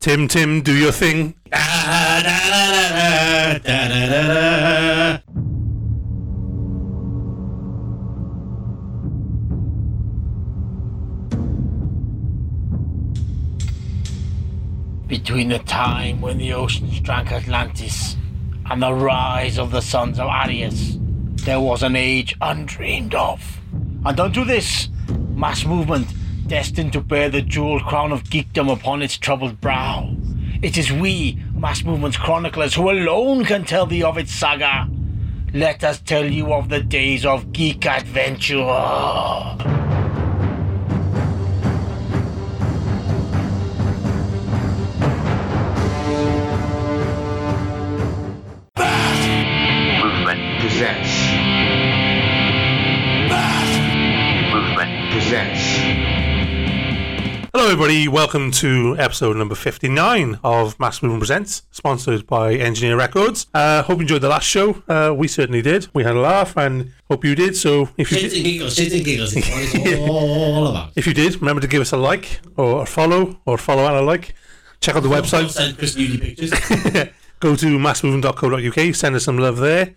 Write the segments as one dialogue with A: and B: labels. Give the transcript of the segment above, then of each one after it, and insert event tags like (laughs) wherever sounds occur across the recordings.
A: Tim, Tim, do your thing.
B: between the time when the oceans drank Atlantis and the rise of the sons of Arius, there was an age undreamed of. And unto this, mass movement destined to bear the jeweled crown of geekdom upon its troubled brow. It is we, mass movement's chroniclers, who alone can tell thee of its saga. Let us tell you of the days of geek adventure.
C: Movement presents. Movement presents.
A: Hello, everybody. Welcome to episode number 59 of Mass Movement Presents, sponsored by Engineer Records. Uh, hope you enjoyed the last show. Uh, we certainly did. We had a laugh, and hope you did. So, if you
D: Shits
A: did,
D: and giggles, shits and giggles. It's what it's all, all about.
A: if you did, remember to give us a like or a follow or follow and a like. Check out the
D: I'll
A: website.
D: send Chris Newley pictures.
A: Go to massmovement.co.uk. Send us some love there.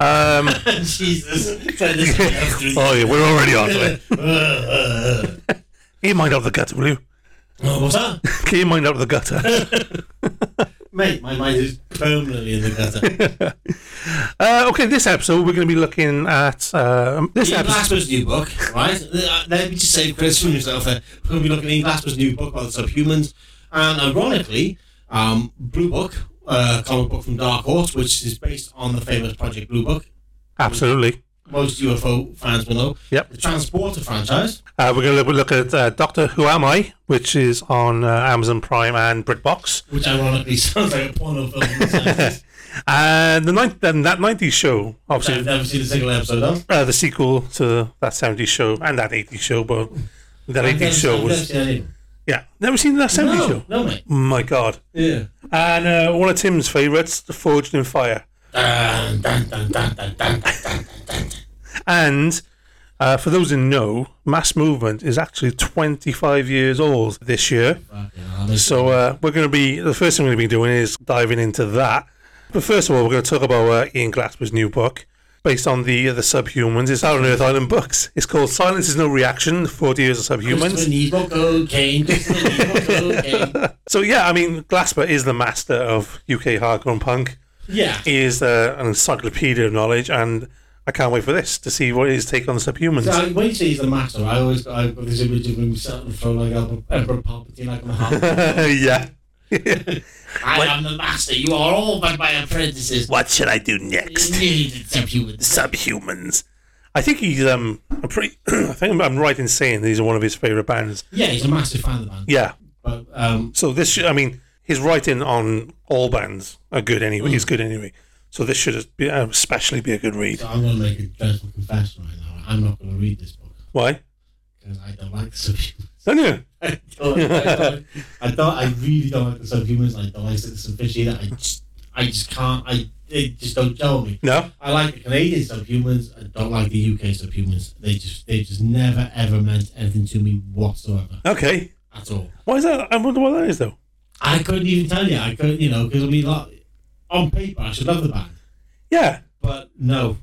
A: Um,
D: Jesus. Send
A: (laughs)
D: this to me after the-
A: oh yeah, we're already on to it. Get your mind out of the gutter, will you?
D: Oh, what's that?
A: Get your mind out of the gutter.
D: Mate, my mind is permanently in the gutter.
A: Uh, okay, this episode we're going to be looking at um, this
D: Ian
A: episode.
D: Glasper's new book, right? Uh, Let me just say, Chris, from yourself there. We're going to be looking at Ian Glasper's new book about subhumans. And ironically, um, Blue Book, uh, comic book from Dark Horse, which is based on the famous Project Blue Book.
A: Absolutely.
D: Most UFO fans will know.
A: Yep.
D: The Transporter franchise.
A: Uh, we're going to look at uh, Doctor Who Am I, which is on uh, Amazon Prime and Britbox,
D: which ironically (laughs) sounds like a porno film. in the (laughs) 90s.
A: and the ninth and that '90s show,
D: I've
A: obviously
D: never seen a single episode of.
A: uh, the sequel to that '70s show and that '80s show, but that
D: I've never-
A: '80s show
D: I've never
A: was
D: seen any of them.
A: yeah, never seen that '70s
D: No,
A: show.
D: no, mate.
A: My God!
D: Yeah.
A: And uh, one of Tim's favourites, The Forged in Fire,
D: Dun, dun, dun, dun, dun, dun, dun, dun.
A: and. Uh, for those who know, Mass Movement is actually 25 years old this year.
D: Fucking hell, this-
A: So uh, we're going to be the first thing we're going to be doing is diving into that. But first of all, we're going to talk about uh, Ian Glasper's new book based on the uh, the Subhumans. It's out on Earth Island Books. It's called Silence is No Reaction: Forty Years of
D: Christopher
A: Subhumans.
D: Nebo cocaine. Christopher Nebo (laughs) cocaine.
A: So yeah, I mean Glasper is the master of UK hardcore and punk.
D: Yeah.
A: He is uh, an encyclopedia of knowledge, and I can't wait for this to see what his take on the Subhumans. (laughs)
D: So when you say he's the master, I always I've got this image of him sat in front like Emperor- Emperor Palpatine, like on the (laughs) harp.
A: yeah.
D: I am the master. You are all but my apprentices.
A: What should I do next?
D: Need subhumans.
A: subhumans. I think he's um I'm pretty (clears throat) I think I'm, I'm right in saying these are one of his favorite bands.
D: Yeah, he's a massive fan of the band.
A: Yeah.
D: But um,
A: So this should, I mean his writing on all bands are good anyway.
D: Mm.
A: He's good anyway. So this should be, uh, especially be a good read.
D: So I'm going to make a dreadful confession right now. I'm not going to read this book
A: Why?
D: because I don't like the subhumans. (laughs)
A: Don't you?
D: I don't, I, don't, I don't. I really don't like the subhumans. I don't like the fishy. I just, I just can't. I they just don't gel with me.
A: No.
D: I like the Canadian subhumans. I don't like the UK subhumans. They just, they just never ever meant anything to me whatsoever
A: Okay.
D: at all.
A: Why is that? I wonder what that is though.
D: I couldn't even tell you. I couldn't, you know, because I mean, like, on paper, I should love the band,
A: Yeah.
D: but no.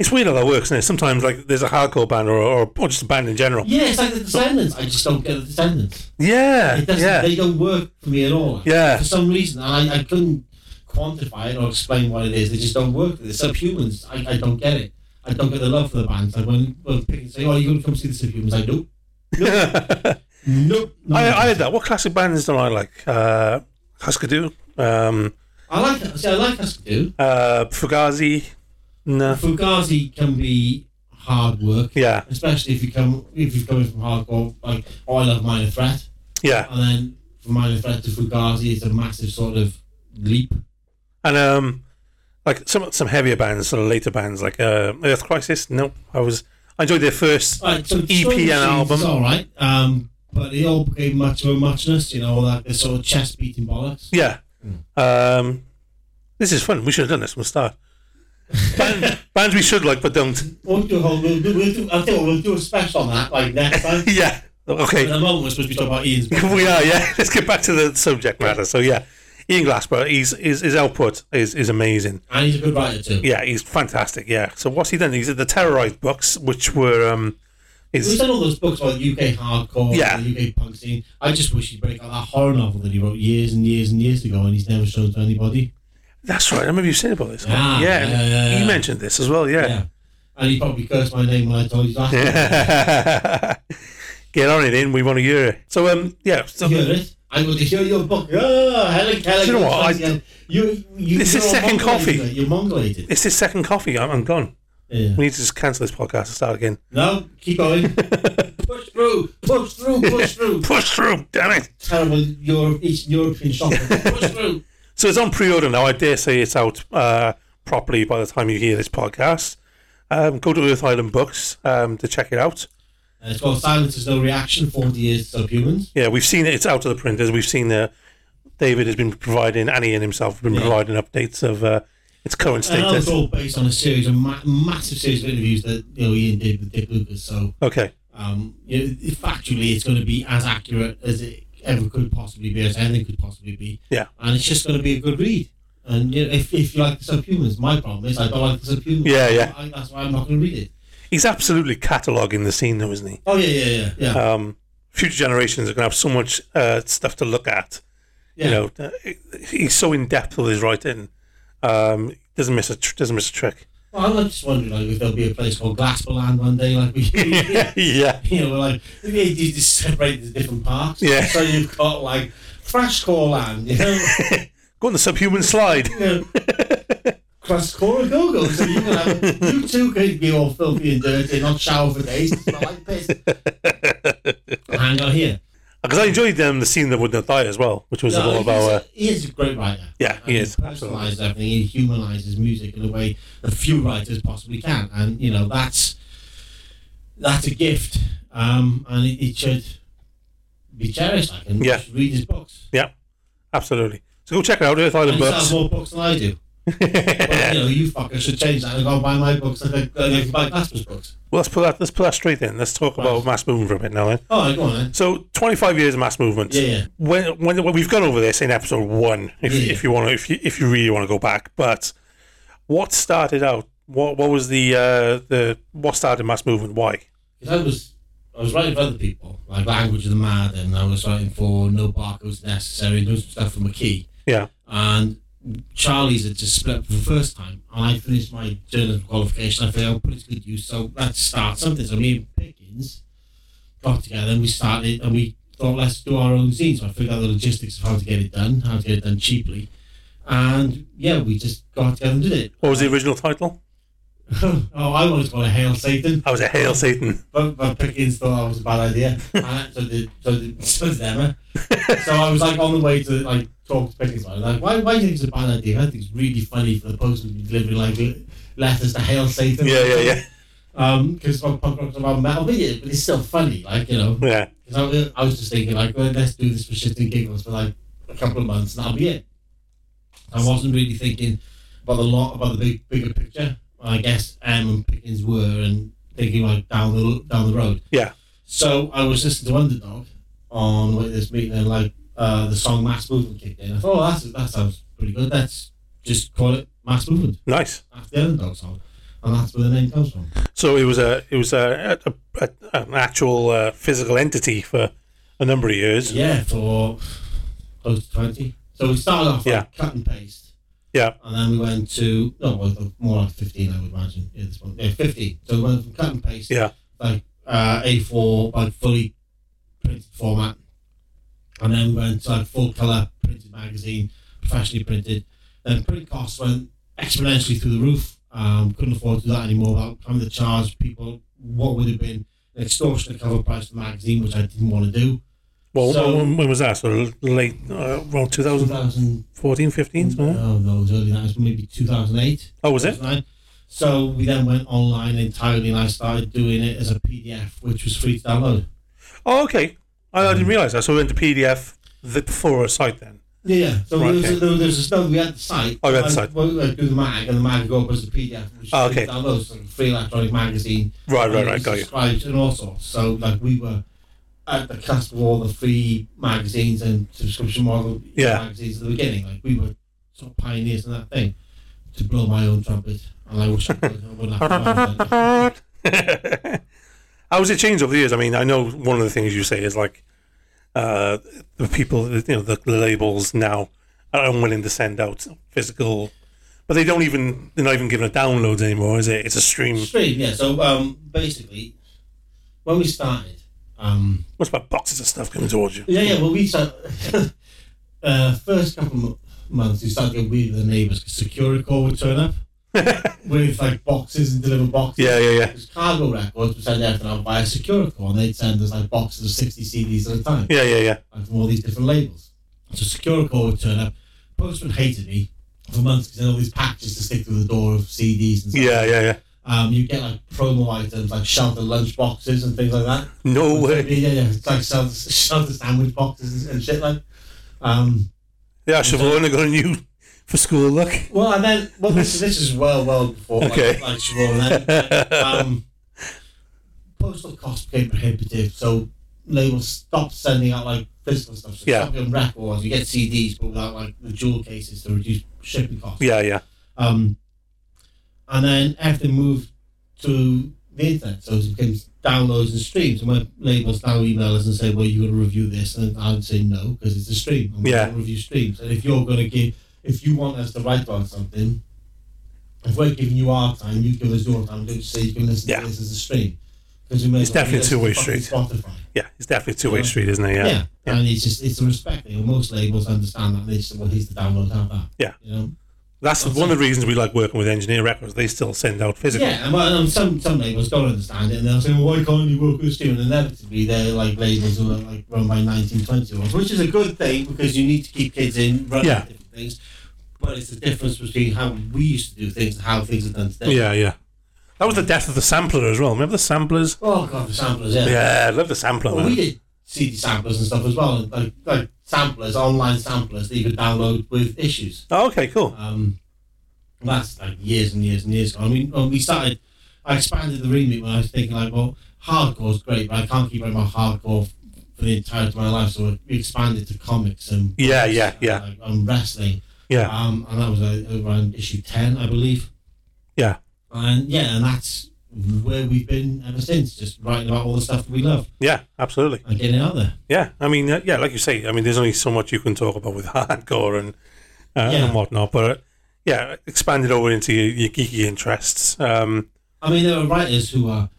A: It's weird how that works, isn't it? Sometimes like there's a hardcore band or, or, or just a band in general.
D: Yeah, it's like the Descendants. I just don't get the Descendants.
A: Yeah.
D: It doesn't,
A: Yeah.
D: They don't work for me at all.
A: Yeah.
D: For some reason, and I, I couldn't quantify it or explain what it is. They just don't work. They're subhumans. I, I don't get it. I don't get the love for the bands. Like when, when people say, oh, you're going to come see the subhumans. I do. Nope.
A: (laughs)
D: No,
A: I,
D: no.
A: I had that. What classic bands do I like? Uh, Husker Du, um,
D: I like that. See, I like us to do.
A: uh, Fugazi. No.
D: Fugazi can be hard work.
A: Yeah,
D: Especially if you come if you're coming from hardcore, like oh, I love Minor Threat,
A: yeah,
D: and then from Minor Threat to Fugazi, it's a massive sort of leap.
A: and um, like some some heavier bands, sort of later bands like uh, Earth Crisis. No, I was I enjoyed their first.
D: Right, so
A: EP and album.
D: It's all right, um, but it all became much of a muchness, you know, all that the sort of chest beating bollocks. (laughs)
A: Yeah, um, this is fun. We should have done this from the start. Band, bands we should like but don't. (laughs)
D: (laughs) We'll do a whole, we'll do, we'll do, I think we'll do a special on that like next time.
A: Yeah, Okay. (laughs)
D: At the moment, we're supposed to be talking about Ian's.
A: we are, yeah. Let's get back to the subject matter. So yeah, Ian Glassborough, he's, his his output is is amazing.
D: And he's a good writer, too.
A: Yeah, he's fantastic. Yeah. So what's he done? He's did the terrorized books, which were um,
D: He's
A: is
D: done all those books about the UK hardcore,
A: Yeah.
D: and the UK punk scene. I just wish he'd break out that horror novel that he wrote years and years and years ago, and he's never shown to anybody.
A: that's right. I remember you saying about this.
D: Ah,
A: yeah,
D: yeah, yeah, yeah.
A: you mentioned this as well. Yeah.
D: Yeah. And he probably cursed my name when I told you that.
A: (laughs) Get on it, in. We want to hear it. So um, yeah. So,
D: hear it. I'm going to hear your book. Oh, Helen Keller.
A: Do you know what? I-
D: you, you,
A: This is
D: you're
A: second
D: mongolated.
A: coffee. (laughs)
D: You're mongolated.
A: It's his second coffee. I'm, I'm gone.
D: Yeah.
A: We need to just cancel this podcast and start again.
D: No, keep
A: (laughs)
D: going. push through, push through, push through.
A: Push through, damn it.
D: Terrible Europe, Eastern European shopper. Push
A: (laughs)
D: through.
A: So it's on pre-order now. I dare say it's out uh, properly by the time you hear this podcast. Um, go to Earth Island Books um, to check it out.
D: And it's called Silence is No Reaction 40 Years to Subhumans.
A: Yeah, we've seen it. It's out of the printers. We've seen that David has been providing, and Ian himself have been
D: Yeah.
A: providing updates of uh, its current
D: And that
A: status.
D: was all based on a series of ma- massive series of interviews that you know Ian did with Dick Lucas. So
A: Okay.
D: um, you know, factually, it's going to be as accurate as it ever could possibly be, as anything could possibly be.
A: Yeah.
D: And it's just going to be a good read. And you know, if, if you like the subhumans, my problem is I don't like the subhumans.
A: Yeah, yeah.
D: I, that's why I'm not going to read it.
A: He's absolutely cataloguing the scene, though, isn't he?
D: Oh yeah, yeah, yeah, yeah.
A: Um, future generations are going to have so much uh, stuff to look at.
D: Yeah.
A: You know, uh, he's so in depth with his writing. Um, doesn't miss a tr- doesn't miss a trick.
D: well, I'm just wondering like if there'll be a place called Glasperland one day,
A: (laughs)
D: like we.
A: yeah.
D: you know, like they you just separate the different parts.
A: Yeah.
D: So you've got like Crash Core Land,
A: (laughs)
D: you know,
A: Go on the subhuman slide. (laughs)
D: you know, Crash Core Go Go. So you can have you two could be all filthy and dirty, not shower for days, it's not like piss. Hang on here.
A: Because I enjoyed um, the scene that wouldn't die as well, which was all
D: No,
A: about. Uh,
D: he's, he is a great writer.
A: yeah, he is.
D: personalizes everything. He humanizes music in a way that few writers possibly can, and you know that's that's a gift, um, and it, it should be cherished. I can
A: Yeah.
D: just read his books.
A: Yeah, absolutely. So go check it out, Earth
D: And
A: Island
D: he sells
A: Books.
D: more books than I do. But, you know, you fuckers should change that and go and buy my books like I like you buy Casper's books.
A: Well, let's put that. Let's put that straight in. Let's talk about
D: Right.
A: mass movement for a bit now. Then.
D: All right, go on then.
A: So, 25 years of mass movement.
D: Yeah, yeah.
A: When, when, when we've gone over this in episode one, if,
D: Yeah.
A: if you want to, if you, if you really want to go back, but what started out? What what was the uh, the what started mass movement? Why?
D: Because I was I was writing for other people, like Language of the Mad, and I was writing for No Barcodes Necessary, and doing some stuff for McKee.
A: Yeah,
D: and Charlie's had just split up for the first time. And I finished my journalism qualification. I thought I'll put it to good use. So let's start something. So me and Pickens got together and we started and we thought let's do our own zine. So I figured out the logistics of how to get it done, how to get it done cheaply. And yeah, we just got together and did it. (laughs)
A: what was the original title?
D: oh, I wanted to call it Hail Satan,
A: I was a hail Satan.
D: but, but Pickens thought that was a bad
A: (laughs)
D: idea. and so did so did, so did Emma. so I was like on the way to like talk to Pickens about it. Like, why, why do you think it's a bad idea? I think it's really funny for the postman to be delivering like le- letters to hail Satan.
A: Yeah, yeah, yeah,
D: Um, because punk rock's about metal, but, yeah, but it's still funny. Like
A: (laughs)
D: you know,
A: yeah.
D: 'Cause I, was- I was just thinking like, well, let's do this for shits and giggles for like a couple of months, and that'll be it. I wasn't really thinking about the lot about the big bigger picture. I guess Em and Pickens were, and thinking like down the down the road.
A: Yeah.
D: So I was listening to Underdog on like, this meeting, and like uh, the song Mass Movement kicked in. I thought, oh, that's, that sounds pretty good. Let's just call it Mass Movement.
A: Nice.
D: That's the Underdog song, and that's where the name comes from.
A: So it was a it was a, a, a an actual uh, physical entity for a number of years.
D: Yeah, for close to 20. So we started off like,
A: Yeah.
D: cut and paste.
A: Yeah.
D: And then we went to, no, well, more like 15, I would imagine. Yeah, this one. yeah 50. So we went from cut and paste,
A: Yeah.
D: like uh, A4, like fully printed format. And then we went to like full colour printed magazine, professionally printed. Then print costs went exponentially through the roof. Um, couldn't afford to do that anymore without having to charge people what would have been an extortionate cover price for the magazine, which I didn't want to do.
A: Well,
D: So-
A: when, when was that? So late uh, around 2014,
D: 2000
A: 15, something like that?
D: Oh, no, it was early nights, maybe 2008.
A: Oh, was it?
D: 2009. So we then went online entirely and I started doing it as a PDF, which was free to download.
A: Oh, okay. I, I didn't realize that. So we went to PDF the, for a site then.
D: Yeah, yeah. So
A: Right,
D: there, was
A: okay.
D: a, there, was, there was a stuff, we had the site.
A: Oh, you had the
D: And
A: site.
D: We we do the mag, and the mag would go up as a PDF, which
A: Oh,
D: was free
A: okay.
D: to download, so free electronic magazine.
A: Right, right,
D: and
A: right. Got you.
D: subscribes And all sorts. So, like, we were at the cusp of all the free magazines and subscription model
A: Yeah.
D: magazines at the beginning. Like we were sort of pioneers in that thing. To blow my own trumpet, and I wish I could. I would laugh about it.
A: How has it changed over the years? I mean, I know one of the things you say is like uh, the people, you know, the, the labels now are unwilling to send out physical, but they don't even they're not even giving it downloads anymore, is it? It's a stream.
D: Stream, yeah. So um, basically, when we started, um,
A: What's about boxes of stuff coming towards you?
D: yeah, yeah. Well, we started (laughs) uh, first couple of mo- months. We started getting weird with the neighbours because Securico would turn
A: (laughs)
D: up with like boxes and deliver boxes.
A: Yeah, yeah, yeah,
D: It was Cargo Records would send everything out via Securico, and they'd send us like boxes of sixty CDs at a time,
A: yeah, yeah, yeah.
D: like from all these different labels. So Securico would turn up. Postman hated me for months because all these packages to stick through the door of CDs and stuff.
A: Yeah, yeah, yeah.
D: Um, you get like promo items like shelter lunch boxes and things like that.
A: No way.
D: Yeah, yeah, it's like shelter, shelter sandwich boxes and, and shit like. Um,
A: Yeah, Siobhan got a new for school look.
D: well, and then well, this this is well, well before
A: Okay.
D: like, like Siobhan and then, um, postal costs became prohibitive, so labels stopped sending out like physical stuff. So
A: Yeah.
D: yeah. on records, you get CDs, but without like the jewel cases to reduce shipping costs.
A: Yeah, yeah,
D: Um, and then everything moved to the internet, so it became downloads and streams. And when labels now email us and say, "Well, you're going to review this," and I would say no because it's a stream. And we
A: Yeah.
D: don't review streams. And if you're going to give, if you want us to write on something, if we're giving you our time, you give us your time. Don't just say you can listen
A: Yeah.
D: to this as a stream because you may
A: It's
D: as well
A: definitely a
D: listen
A: two-way
D: to fucking Spotify.
A: yeah. It's definitely a two-way street, isn't it?
D: Yeah.
A: Yeah,
D: and it's just it's a respect thing. and Most labels understand that. and They just say, "Well, here's the download. Have that."
A: Yeah.
D: you know.
A: That's one of the reasons we like working with Engineer Records. They still send out physical.
D: Yeah, and, well, and some some labels don't understand it, and they'll say, "Well, why can't you work with Steven?" And inevitably, they're like labels who are like run by 1920s, which is a good thing because you need to keep kids in running
A: Yeah.
D: different things. But it's the difference between how we used to do things and how things are done today.
A: Yeah, yeah. That was the death of the sampler as well. Remember the samplers?
D: Oh god, the samplers. Yeah.
A: Yeah, I love the sampler.
D: Well, we
A: Man.
D: did CD samplers and stuff as well, and like like samplers, online samplers that you could download with issues.
A: Oh, okay, cool.
D: Um, that's like years and years and years ago. I mean, when we started, I expanded the remit when I was thinking like, well, hardcore's great, but I can't keep writing about hardcore for the entirety of my life. So we expanded to comics and
A: Yeah, yeah, yeah.
D: and, like, and wrestling.
A: Yeah,
D: Um, and that was uh, around issue ten, I believe.
A: yeah,
D: And yeah, and that's where we've been ever since, just writing about all the stuff we love
A: yeah, absolutely.
D: and getting it out there.
A: Yeah, I mean, uh, yeah, like you say, I mean, there's only so much you can talk about with (laughs) hardcore and uh,
D: Yeah.
A: and whatnot, but uh, yeah, expand it over into your, your geeky interests. Um,
D: I mean, there are writers who are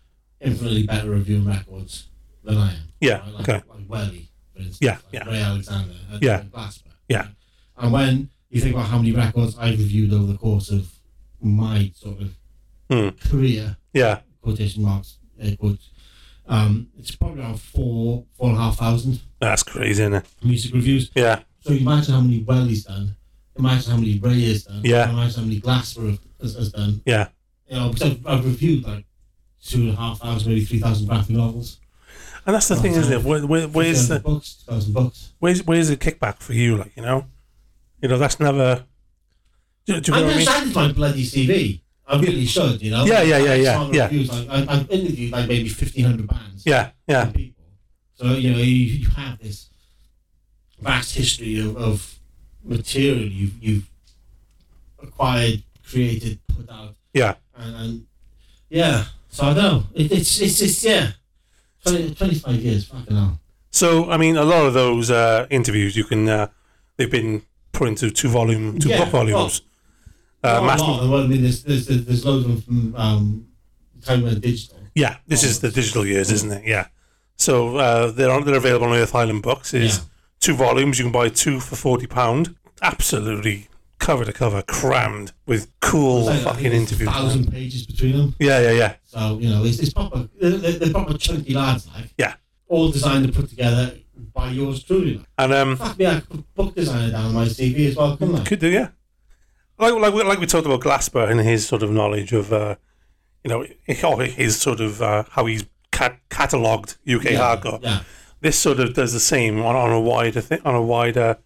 D: infinitely better reviewing records than I am.
A: Yeah,
D: Right,
A: okay.
D: Like, like Welly, for instance.
A: Yeah,
D: like
A: yeah.
D: Ray Alexander. and
A: Yeah.
D: John Glasper.
A: Yeah.
D: And when you think about how many records I've reviewed over the course of my sort of
A: Hmm.
D: career,
A: yeah,
D: quotation marks, air quotes, um, it's probably around four, four and a half thousand
A: that's crazy, isn't it?
D: music reviews.
A: Yeah,
D: So imagine how many Welly's done. Imagine how many Ray has done.
A: Yeah.
D: Imagine how many Glasper has, has done
A: yeah.
D: you know, 'cause I've, I've reviewed like two and a half thousand, maybe three thousand graphic novels.
A: And that's the thing, isn't it? Where, where, where's
D: 3,000
A: the
D: books? Two thousand books.
A: where's where's the kickback for you? Like, you know, you know, that's never. Do, do you
D: I
A: know what I
D: mean,
A: mean?
D: that's my bloody CV. I really should, you know.
A: Yeah, yeah, yeah,
D: I
A: yeah,
D: can't
A: yeah.
D: refuse. Like, I, I've interviewed like maybe fifteen hundred bands.
A: Yeah, yeah,
D: and People. So you know, you, you have this vast history of, of material you've you've acquired, created, put out,
A: yeah.
D: and, and yeah. So I know it, it's it's it's yeah. 20, 25 years, fucking hell.
A: So, I mean, a lot of those uh, interviews you can, uh, they've been put into two volume, two
D: Yeah,
A: book volumes. uh,
D: Not a
A: mass-
D: lot. Well, I mean, there's, there's, there's, there's loads of them from um, time when digital.
A: yeah, this is the digital years,
D: Mm.
A: isn't it? Yeah. So uh, they're on, they're available on Earth Island Books. Is
D: Yeah.
A: two volumes. You can buy two for forty pound. Absolutely cover to cover, crammed with cool
D: Like, I
A: fucking
D: think there's
A: interviews.
D: thousand pages between them.
A: Yeah, yeah, yeah,
D: So, you know, it's, it's proper, they're, they're they're proper chunky lads, like.
A: yeah.
D: All designed and put together by yours truly. Like.
A: And um,
D: Fuck me, I could put book designer down on my CV as well, couldn't I?
A: Could do, yeah. Like like we, like we talked about Glasper and his sort of knowledge of, uh, you know, or his sort of uh, how he's cat- catalogued UK
D: yeah,
A: hardcore.
D: yeah.
A: This sort of does the same on, on a wider thi- on a wider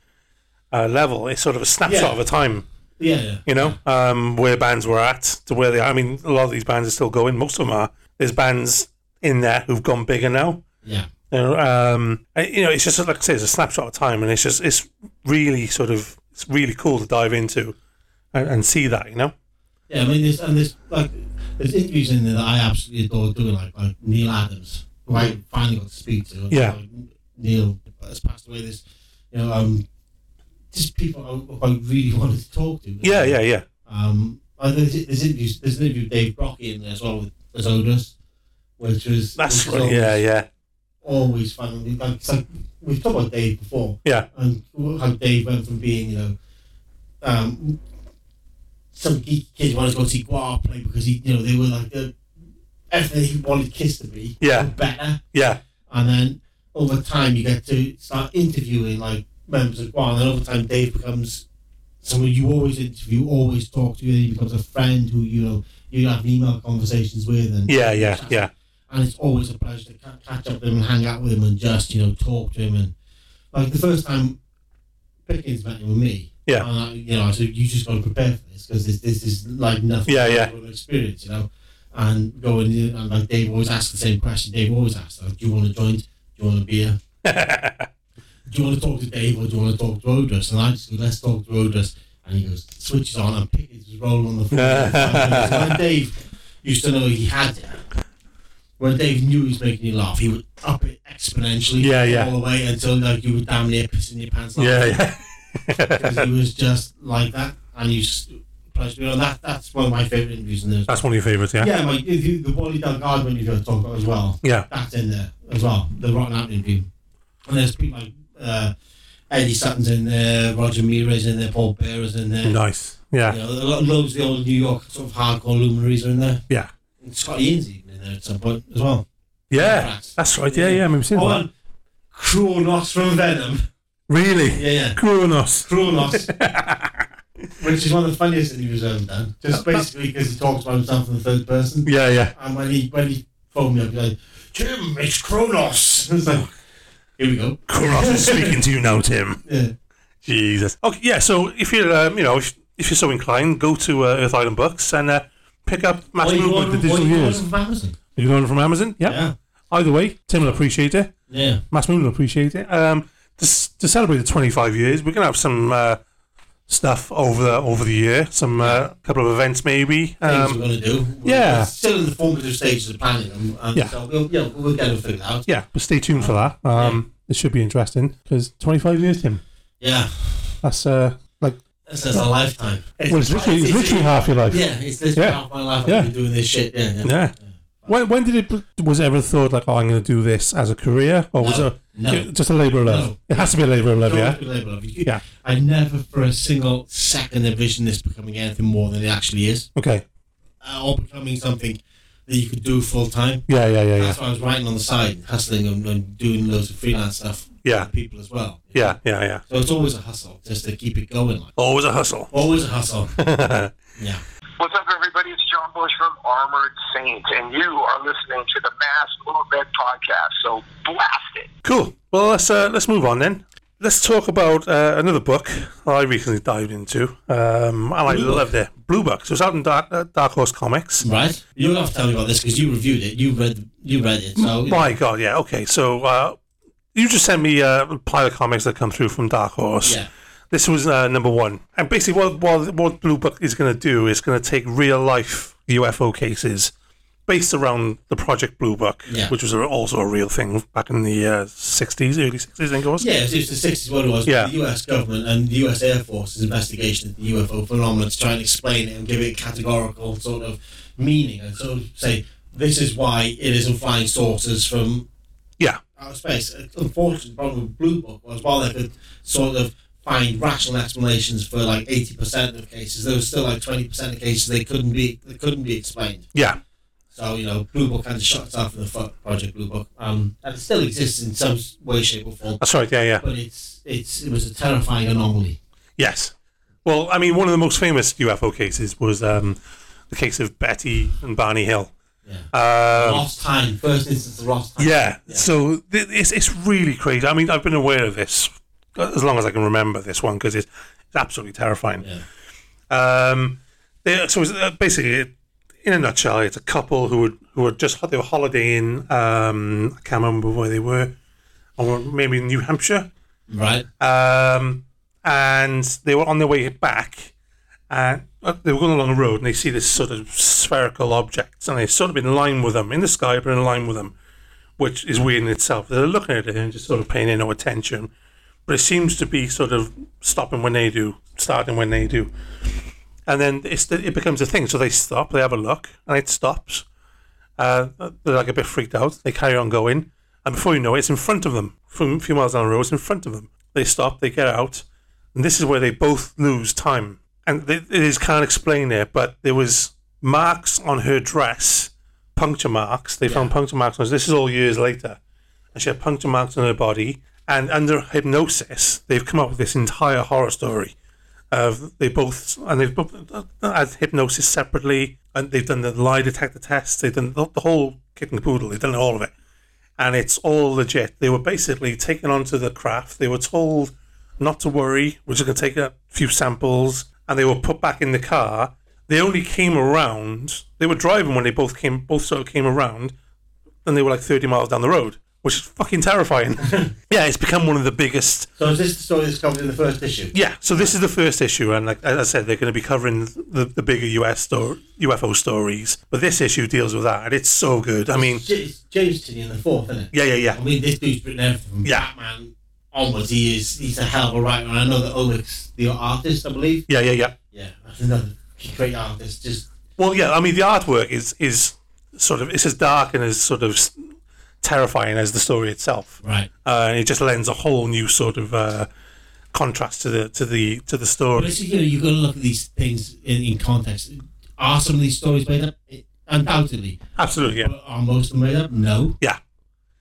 A: uh, level. It's sort of a snapshot
D: Yeah.
A: of a time,
D: Yeah, yeah.
A: you know, um, where bands were at to where they. are. I mean, a lot of these bands are still going. Most of them are. There's bands in there who've gone bigger now
D: Yeah.
A: You know, um, I- you know, it's just like I say, it's a snapshot of time, and it's just it's really sort of it's really cool to dive into and, and see that. You know,
D: Yeah, I mean, there's and there's like there's interviews in there that I absolutely adore doing, like like Neil Adams, who I finally got to speak to.
A: Yeah.
D: Like, Neil has passed away. There's you know um just people I, who I really wanted to talk to.
A: yeah, yeah, yeah,
D: Um, I, there's, there's interviews. There's an interview with Dave Brocky in there as well with Azodus, which was
A: that's
D: which was
A: right, yeah, yeah,
D: always fun. We- Like, it's like we've talked about Dave before,
A: yeah,
D: and how Dave went from being, you know, um, some geeky kids wanted to go see Guar play because he, you know, they were like the everything he wanted Kiss to be,
A: Yeah.
D: but better.
A: yeah,
D: And then over time, you get to start interviewing like members of Guar, and then over time, Dave becomes someone you always interview, always talk to. And he becomes a friend who you know you have email conversations with, and
A: yeah, yeah, yeah,
D: and it's always a pleasure to ca- catch up with him and hang out with him and just you know talk to him and like the first time Pickens met him with me
A: Yeah.
D: and I, you know I said you just got to prepare for this because this, this is like nothing
A: Yeah, yeah.
D: I've ever experienced you know and going in and like Dave always asked the same question Dave always asked like do you want a joint do you want
A: (laughs)
D: a beer do you want to talk to Dave or do you want to talk to Odris and I just go let's talk to Odris and he goes switches on and Pickens was rolling on
A: (laughs)
D: the floor and Dave used to know he had it when Dave knew he was making you laugh, he would up it exponentially
A: Yeah, yeah.
D: all the way until like you were damn near pissing your pants off.
A: yeah, yeah.
D: Because he was just like that, and you s- pleasure. You know, that that's one of my favorite interviews in there.
A: (laughs) That's one of your favorites, yeah,
D: (laughs) yeah, my if you- the Wally Delgado one you're going to talk about as well.
A: yeah,
D: That's in there as well. The Rotten Out interview, and there's people like uh, Eddie Sutton's in there, Roger Mira's in there, Paul Bearer's in there.
A: nice, yeah,
D: You know, lo- loads of the old New York sort of hardcore luminaries are in there.
A: yeah,
D: And Scotty Ian's even in there at some point as well.
A: yeah. That's right, yeah, yeah. I remember seeing
D: Oh,
A: that.
D: and Kronos from Venom.
A: Really,
D: Yeah, yeah.
A: Kronos.
D: Kronos. Which is one of the funniest interviews I've ever done. Just basically because he talks about himself in the third person.
A: Yeah, yeah,
D: And when he when he phoned me up, he's like, Jim, it's Kronos. (laughs) It's like, here we go.
A: Kronos is speaking to you now, Tim.
D: (laughs) Yeah.
A: (laughs) Jesus. Okay, yeah. So if you're, um, you know, if, if you're so inclined, go to uh, Earth Island Books and uh, pick up Mass
D: Or you
A: Movement:
D: order-
A: The
D: or
A: Digital
D: you order
A: Years.
D: from Amazon.
A: You can order from Amazon. Yeah.
D: Yeah.
A: Either way, Tim will appreciate it.
D: Yeah.
A: Mass Moon will appreciate it. Um, to, s- to celebrate the 25 years, we're gonna have some uh, stuff over the, over the year. Some uh, couple of events, maybe.
D: Things
A: Um,
D: we're going to do. We're
A: yeah.
D: Still in the formative stages of planning them. And
A: Yeah.
D: So we'll, yeah, we'll get it figured out.
A: yeah, but stay tuned for that. Um, It should be interesting because 25 years, Tim.
D: Yeah.
A: That's uh, like
D: This is a lifetime.
A: well, it's literally, it's literally half your life.
D: Yeah, it's this yeah.
A: Yeah.
D: half my life I've
A: Yeah.
D: been doing this shit. Yeah, yeah.
A: Yeah. When, when did it was it ever thought like oh I'm going to do this as a career or was
D: No,
A: it
D: no.
A: it- just a labour of love?
D: No.
A: It has to be a labour of love,
D: Don't
A: yeah.
D: be label of you.
A: Yeah.
D: I never for a single second envisioned this becoming anything more than it actually is,
A: Okay.
D: uh, or becoming something that you could do full time.
A: Yeah, yeah, yeah, yeah,
D: That's why I was writing on the side, hustling and, and doing loads of freelance stuff.
A: Yeah.
D: for people as well.
A: yeah, yeah, yeah.
D: So it's always a hustle, just to keep it going. Like
A: Always a hustle.
D: always a
A: (laughs)
D: hustle.
A: That's
D: yeah.
E: What's up, everybody? It's John Bush from Armored Saint, and you are listening to the Mass Movement Podcast. So blast it.
A: cool. Well, let's uh, let's move on then. Let's talk about uh, another book that I recently dived into, um, and I loved it. Blue Book. So it's out in Dark, uh, Dark Horse Comics.
D: Right. You'll have to tell me about this because you reviewed it. You read. You read it. So
A: My God, yeah. Okay, so uh, you just sent me uh, a pile of comics that come through from Dark Horse.
D: yeah.
A: This was uh, number one, and basically, what what, what Blue Book is going to do is going to take real life UFO cases based around the Project Blue Book,
D: Yeah.
A: which was a- also a real thing back in the uh, '60s, early '60s, I think it was.
D: Yeah, it was the sixties what it was.
A: Yeah.
D: The US government and the US Air Force's investigation of the UFO phenomenon to try and explain it and give it categorical sort of meaning and sort of say this is why it isn't flying saucers from
A: Yeah,
D: outer space. Uh, Unfortunately, the problem with Blue Book was while they could sort of find rational explanations for like eighty percent of cases, there was still like twenty percent of cases they couldn't be they couldn't be explained.
A: yeah,
D: So you know, Blue Book kind of shot itself in the foot, Project Blue Book, um, and it still exists in some way, shape, or form
A: that's right. Uh, Yeah, yeah,
D: but it's it's it was a terrifying anomaly.
A: yes. Well, I mean, one of the most famous UFO cases was um, the case of Betty and Barney Hill. Yeah. Um,
D: Lost time, first instance of lost time.
A: Yeah. So th- it's it's really crazy. I mean, I've been aware of this as long as I can remember this one because it's, it's absolutely terrifying. Um, they, so it's, uh, basically, it, in a nutshell, it's a couple who would who were just they were holidaying. Um, I can't remember where they were, or maybe New Hampshire.
D: Right.
A: Um, and they were on their way back, and uh, they were going along a road, and they see this sort of spherical object, and they're sort of in line with them in the sky, but in line with them, which is weird in itself. They're looking at it and just sort of paying it no attention, but it seems to be sort of stopping when they do, starting when they do, and then it's the, it becomes a thing. So they stop, they have a look, and it stops. Uh, they're like a bit freaked out. They carry on going, and before you know it, it's in front of them. From a few miles down the road, it's in front of them. They stop, they get out, and this is where they both lose time. And th- it is can't explain it, but there was marks on her dress, puncture marks. They found puncture marks on. Her. This is all years later, and she had puncture marks on her body. And under hypnosis, they've come up with this entire horror story. Of they both and they've both had hypnosis separately, and they've done the lie detector test. They've done the, the whole kit and caboodle. They've done all of it and it's all legit. They were basically taken onto the craft. They were told not to worry. We're just going to take a few samples, and they were put back in the car. They only came around. They were driving when they both came, both sort of came around, and they were like thirty miles down the road, which is fucking terrifying. yeah, it's become one of the biggest
D: So is this the story that's covered in the first issue?
A: yeah, so this is the first issue, and like as I said, they're going to be covering the, the bigger US sto- UFO stories. But this issue deals with that, and it's so good. I mean,
D: It's J- it's James Tinney in the fourth, isn't it?
A: yeah, yeah,
D: I
A: yeah,
D: mean, this dude's written everything from
A: Yeah.
D: Batman onwards. He is he's a hell of a writer. And I know that Oleg's the artist, I believe.
A: yeah, yeah, yeah.
D: Yeah, that's (laughs) another great artist. Just
A: Well, yeah, I mean, the artwork is is sort of it's as dark and as sort of s- terrifying as the story itself.
D: right.
A: Uh, and it just lends a whole new sort of uh, contrast to the to the to the
D: But
A: story.
D: it's, you know, you've got to look at these things in, in context. Are some of these stories made up? Undoubtedly.
A: Absolutely, yeah,
D: But are most of them made up? No.
A: yeah,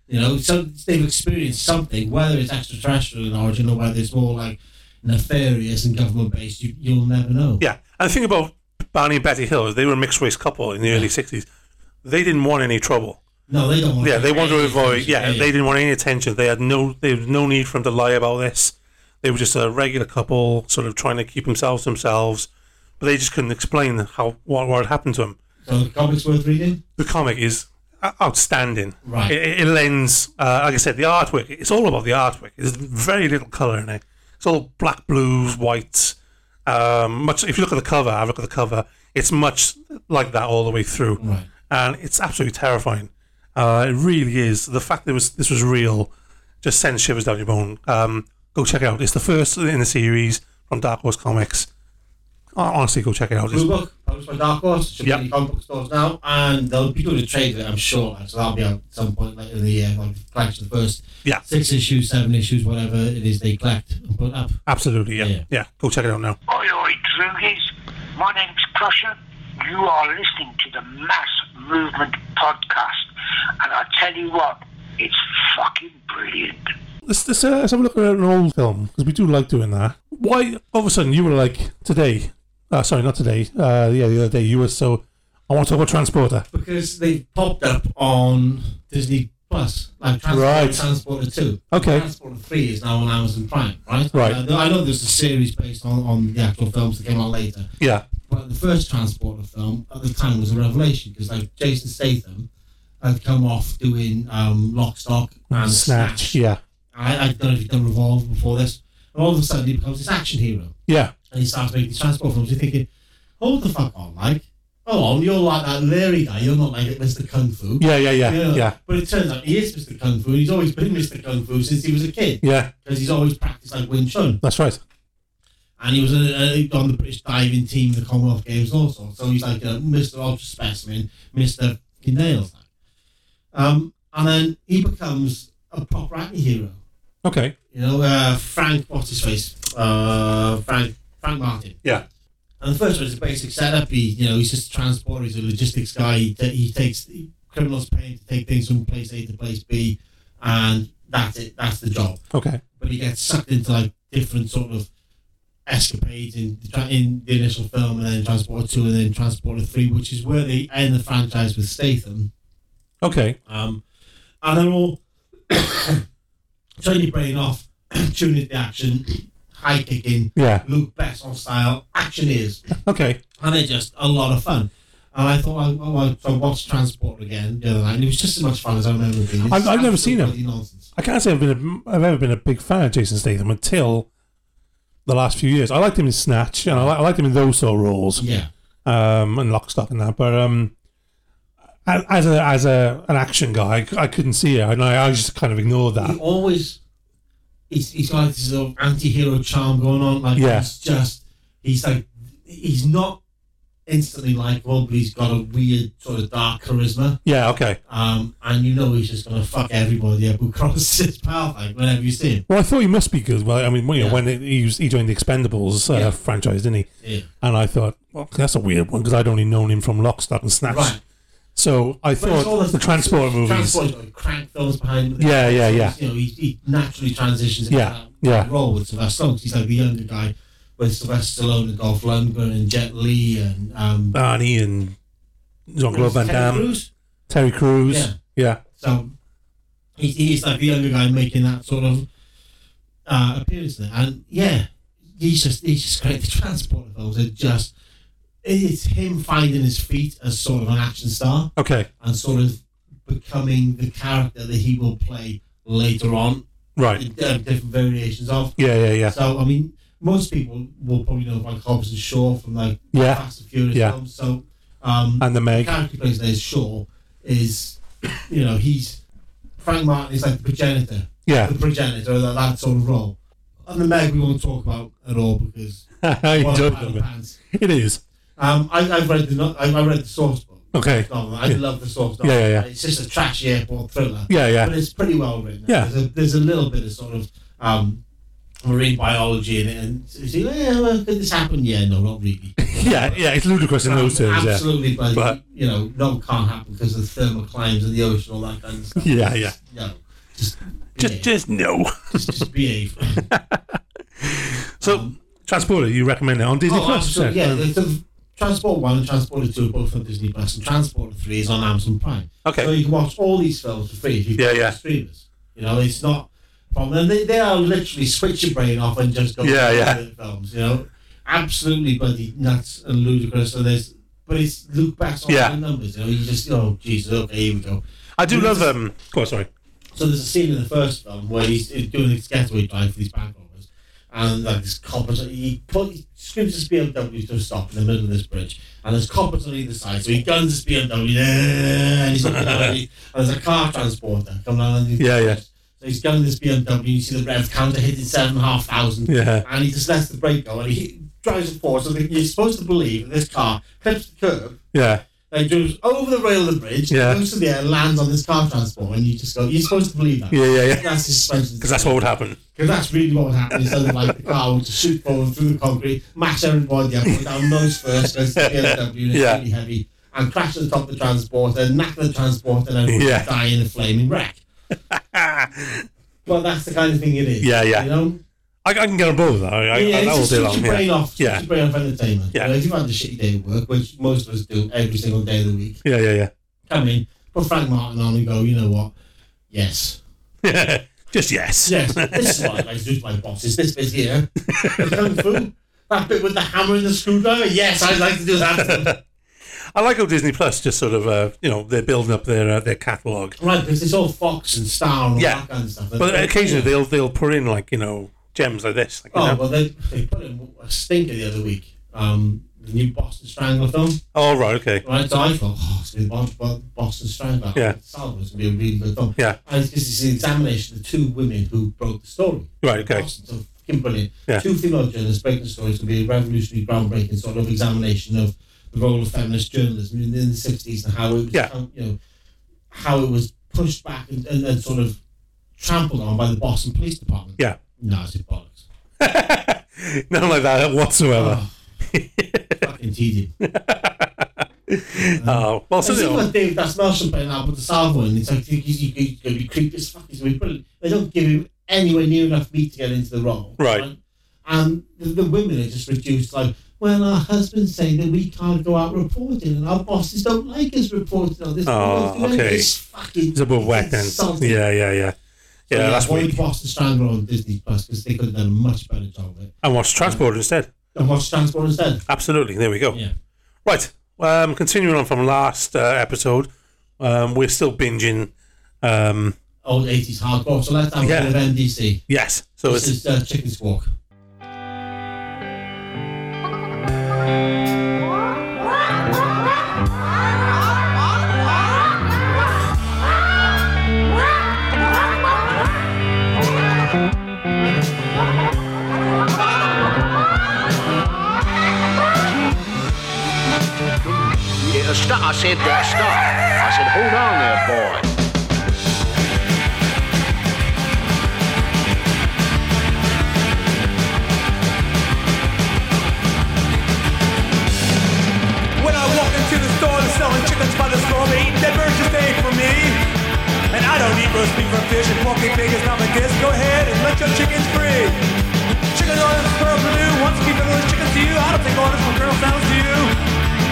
D: You know, so they've experienced something, whether it's extraterrestrial in origin or whether it's more like nefarious and government based. You, you'll never know.
A: yeah. And the thing about Barney and Betty Hill is they were a mixed race couple in the early '60s. They didn't want any trouble.
D: No, they don't. Want
A: Yeah, they want to
D: any
A: avoid.
D: attention.
A: Yeah, they didn't want any attention. They had no. There was no need for them to lie about this. They were just a regular couple, sort of trying to keep themselves to themselves, but they just couldn't explain how what, what had happened to them.
D: So the comics worth reading.
A: The comic is o- outstanding.
D: Right.
A: It, it lends, uh, like I said, the artwork. It's all about the artwork. There's very little color in it. It's all black, blues, whites. Um, much. If you look at the cover, I look at the cover. It's much like that all the way through
D: Right.
A: and it's absolutely terrifying. Uh, it really is. The fact that it was this was real just sends shivers down your bone. Um, go check it out. It's the first in the series from Dark Horse Comics. Hon- Honestly, go check it out. It's-
D: Blue Book, published by Dark Horse, should
A: Yep.
D: be in comic book stores now, and they'll be doing a trade with it, I'm sure. like, So that'll be out at some point later in the year. Like, collect the first
A: Yeah.
D: six issues, seven issues, whatever it is they collect and put up.
A: absolutely, yeah. yeah,
D: Yeah.
A: Go check it out now.
E: Oi, oi, Droogies. My name's Crusher. You are listening to the Mass Movement Podcast. And I tell you what, it's fucking brilliant.
A: Let's let's, uh, let's have a look at an old film because we do like doing that. Why all of a sudden you were like today? Uh, sorry, not today. Uh, yeah, the other day you were so. I want to talk about Transporter.
D: Because they popped up on Disney Plus, like Transporter,
A: Right.
D: Transporter 2.
A: Okay.
D: Transporter 3 is now on Amazon Prime, right?
A: Right.
D: Uh, I know there's a series based on, on the actual films that came out later.
A: Yeah,
D: But the first Transporter film at the time was a revelation because like Jason Statham had come off doing um, Lock, Stock and Snatch.
A: Yeah,
D: I, I don't know if he'd done Revolve before this. And all of a sudden he becomes this action hero
A: yeah,
D: and he starts making these Transporter films. You're thinking, hold the fuck on, like, hold on, you're like that Larry guy. You're not like Mr. Kung Fu.
A: yeah, yeah, yeah, yeah,
D: But it turns out he is Mr. Kung Fu. He's always been Mr. Kung Fu since he was a kid
A: yeah.
D: because he's always practiced like Wing Chun
A: That's right.
D: and he was uh, uh, on the British diving team, the Commonwealth Games, and all sorts. So he's like uh, Mr. Ultra Specimen, Mr. fucking Nails. like. Um, and then he becomes a proper anti hero.
A: Okay.
D: You know, uh, Frank, what's his face? Uh, Frank, Frank Martin.
A: Yeah.
D: And the first one is a basic setup. He, you know, he's just a transporter. He's a logistics guy. He, ta- he takes he- criminals, pay him to take things from place A to place B, and that's it. That's the job
A: Okay.
D: but he gets sucked into like different sort of escapades in the, tra- in the initial film, and then Transporter Two, and then Transporter Three, which is where they end the franchise with Statham.
A: Okay.
D: Um, and they're all (coughs) turn your brain off, (coughs) tune into the action, high kicking,
A: Yeah.
D: Luke Besson style action is,
A: Okay.
D: and they're just a lot of fun. And I thought, I, oh, I, so I watched Transport again the other night, and it was just as much fun as I remember it being. It's
A: I've- I've never seen
D: absolute bloody Nonsense.
A: I can't say I've been a, I've ever been a big fan of Jason Statham until the last few years. I liked him in Snatch, and I, li- I liked him in those sort of roles,
D: Yeah.
A: um, and Lock, Stock, and that. But um, a- as a as a an action guy, I, c- I couldn't see it, and I, I just kind of ignored
D: He
A: that.
D: always, he's, he's got like this little anti hero charm going on. Like,
A: Yeah.
D: he's just, he's like, he's not instantly likable, but he's got a weird sort of dark charisma.
A: Yeah, okay.
D: Um, and you know he's just gonna fuck everybody up who (laughs) crosses his path, like whenever you see him.
A: Well, I thought he must be good. Well, I mean, when, you know,
D: Yeah.
A: when he, was, he joined the Expendables uh,
D: Yeah.
A: franchise, didn't he?
D: Yeah.
A: And I thought, well, that's a weird one because I'd only known him from Lock, Stock, and Snatch.
D: Right.
A: So I
D: But it's all
A: thought the Transport movies.
D: Transport's got crank films behind him.
A: Yeah, yeah, yeah.
D: You know, he, he naturally transitions into
A: Yeah,
D: that
A: yeah.
D: role with Sylvester Stallone. 'cause He's like the younger guy with Sylvester Stallone and Dolph Lundgren and Jet Li and um,
A: Barney and Jean Claude Van
D: Ted
A: Damme,
D: Cruz.
A: Terry Crews.
D: Yeah.
A: yeah.
D: So he, he's like the younger guy making that sort of uh, appearance there, and yeah, he's just he's just great. The transport of those are just it's him finding his feet as sort of an action star
A: Okay.
D: and sort of becoming the character that he will play later on
A: Right.
D: in uh, different variations of.
A: Yeah. Yeah. Yeah.
D: So I mean, most people will probably know like Hobbs and Shaw from like
A: Yeah.
D: Fast and Furious
A: Yeah.
D: films. So um,
A: And the Meg. (laughs)
D: the character he plays there is Shaw is, you know, he's Frank Martin is like the progenitor,
A: Yeah.
D: the progenitor that, that sort of role. And the Meg we won't talk about at all because
A: (laughs) I
D: what a
A: enjoyed
D: pain in
A: them.
D: the pants.
A: It is.
D: Um, I, I've read the no- I, I read the source book.
A: Okay.
D: No, I
A: Yeah.
D: love the source book.
A: Yeah, yeah, yeah.
D: It's just a trashy airport thriller,
A: Yeah.
D: but
A: Yeah.
D: it's pretty well written.
A: Yeah.
D: there's a, there's a little bit of sort of um, marine biology in it, and you see, eh, well, could this happen? Yeah, no,
A: (laughs)
D: not really.
A: Yeah. Yeah. It's ludicrous in those terms. Yeah.
D: Absolutely, bloody,
A: But-
D: you know, no, can't happen because of the thermal climbs of the ocean, all that kind of stuff.
A: Yeah, yeah.
D: No, just
A: Just,
D: behave.
A: just
D: (laughs)
A: no.
D: just, just behave. (laughs)
A: So, Transporter, you recommend it on Disney
D: oh,
A: Plus?
D: absolutely. Yeah, the, the Transport One and Transporter Two are both on Disney Plus, and Transporter Three is on Amazon Prime.
A: Okay.
D: so you can watch all these films for free if you've
A: Yeah,
D: got
A: yeah.
D: streamers. You know, it's not a problem. And they, they are literally switch your brain off and just go.
A: Yeah,
D: to
A: yeah.
D: the Films, you know, absolutely bloody nuts and ludicrous. And there's, but it's look back on
A: Yeah.
D: the numbers. You know, you just oh Jesus, okay, here we go.
A: I do love. Um. Go on, sorry.
D: So there's a scene in the first film where he's doing his getaway drive for these bank robbers, and like this coppers, he, put, he screams his BMW to a stop in the middle of this bridge, and there's coppers on either side. So he guns his BMW, eh, and he's looking
A: (laughs)
D: at it, and there's a car transporter coming along.
A: Yeah, yeah.
D: So he's gunning his BMW, you see the rev counter hitting seven and a half thousand,
A: Yeah.
D: and he just lets the brake go, and he drives it forward. So you're supposed to believe that this car clips the curb,
A: Yeah.
D: like goes over the rail of the bridge,
A: Yeah.
D: goes to the air, lands on this car transport, and you just go, you're supposed to believe that.
A: Yeah. Yeah. Yeah.
D: That's his suspension.
A: Because that's what would happen.
D: Because that's really what would happen. Instead of like the car would just shoot forward through the concrete, mash everybody up, put down nose first, goes to the BMW, and it's
A: Yeah.
D: really heavy, and crash to the top of the transporter, knack the transporter, and everybody
A: Yeah.
D: die in a flaming wreck.
A: (laughs)
D: Well, that's the kind of thing it is.
A: Yeah, yeah.
D: You know?
A: I, I can get on board with that. I, I,
D: yeah,
A: I,
D: it's
A: all
D: just
A: day
D: switch
A: long.
D: your
A: Yeah.
D: brain off, switch
A: Yeah.
D: your brain off entertainment.
A: Yeah.
D: You know, if you've had a shitty day at work, which most of us do every single day of the week,
A: yeah. Yeah. Yeah.
D: come in, put Frank Martin on and go, you know what? Yes.
A: (laughs) Just yes.
D: Yes, this is what I like to do to my boss. Is this bit here? The Kung fu? That bit with the hammer and the screwdriver? Yes, I'd like to do that. too.
A: I like how Disney Plus just sort of, uh, you know, they're building up their uh, their catalog.
D: right, because it's all Fox and Star and all
A: Yeah.
D: that kind of stuff.
A: But occasionally they'll they'll put in like you know gems like this. Like, you
D: Oh,
A: know.
D: well, they, they put in a stinker the other week. Um, the new Boston Strangler film.
A: oh right, okay.
D: Right, so I thought, oh, it's going to be Boston Strangler.
A: Yeah.
D: Salvo's going to be a really good film.
A: Yeah.
D: And it's because it's an examination of the two women who broke the story.
A: Right, okay.
D: Boston's so fucking brilliant.
A: Yeah.
D: Two female journalists breaking the story. It's going to be a revolutionary, groundbreaking sort of examination of the role of feminist journalism in, in the 60s and how it was,
A: Yeah.
D: how, you know, how it was pushed back and, and, and sort of trampled on by the Boston Police Department.
A: Yeah. (laughs)
D: No, it's bollocks.
A: Nothing like that whatsoever.
D: Oh, fucking tedious.
A: Oh, well, so
D: It's
A: you
D: even
A: know,
D: like David That's Marshall playing out with the salvo and it's like he's, he's, he's going to be creepy as fuck. He's going to be brilliant. They don't give him anywhere near enough meat to get into the role.
A: Right.
D: And the, the women are just reduced like, well, our husbands say that we can't go out reporting and our bosses don't like us reporting on this. We
A: Oh,
D: won't do anything."
A: okay.
D: It's fucking
A: it's a bit whack then.
D: insulting.
A: Yeah, yeah, yeah. Yeah, that's
D: why
A: weak.
D: Boston Strangler on Disney Plus because they could have done a much better job of it.
A: And watch Transport instead.
D: And watch Transport instead.
A: Absolutely. There we go.
D: Yeah.
A: Right. Um, continuing on from last uh, episode, um, we're still binging. Um,
D: Old 80s hardcore, so let's have
A: Yeah.
D: a bit of NDC.
A: yes, so
D: This
A: it's
D: is uh, Chicken Squawk.
F: Yeah, stop. I said, uh, stop. I said, hold on there, boy.
G: When I walk into the store, they're selling chickens by the store. They eat that bird just ain't for me. And I don't eat roast beef or fish and pork and pig is not my dish. Go ahead and let your chickens free. Chicken orders from Purdue. Once people order chickens to you, I don't take orders from Colonel Sounds to you.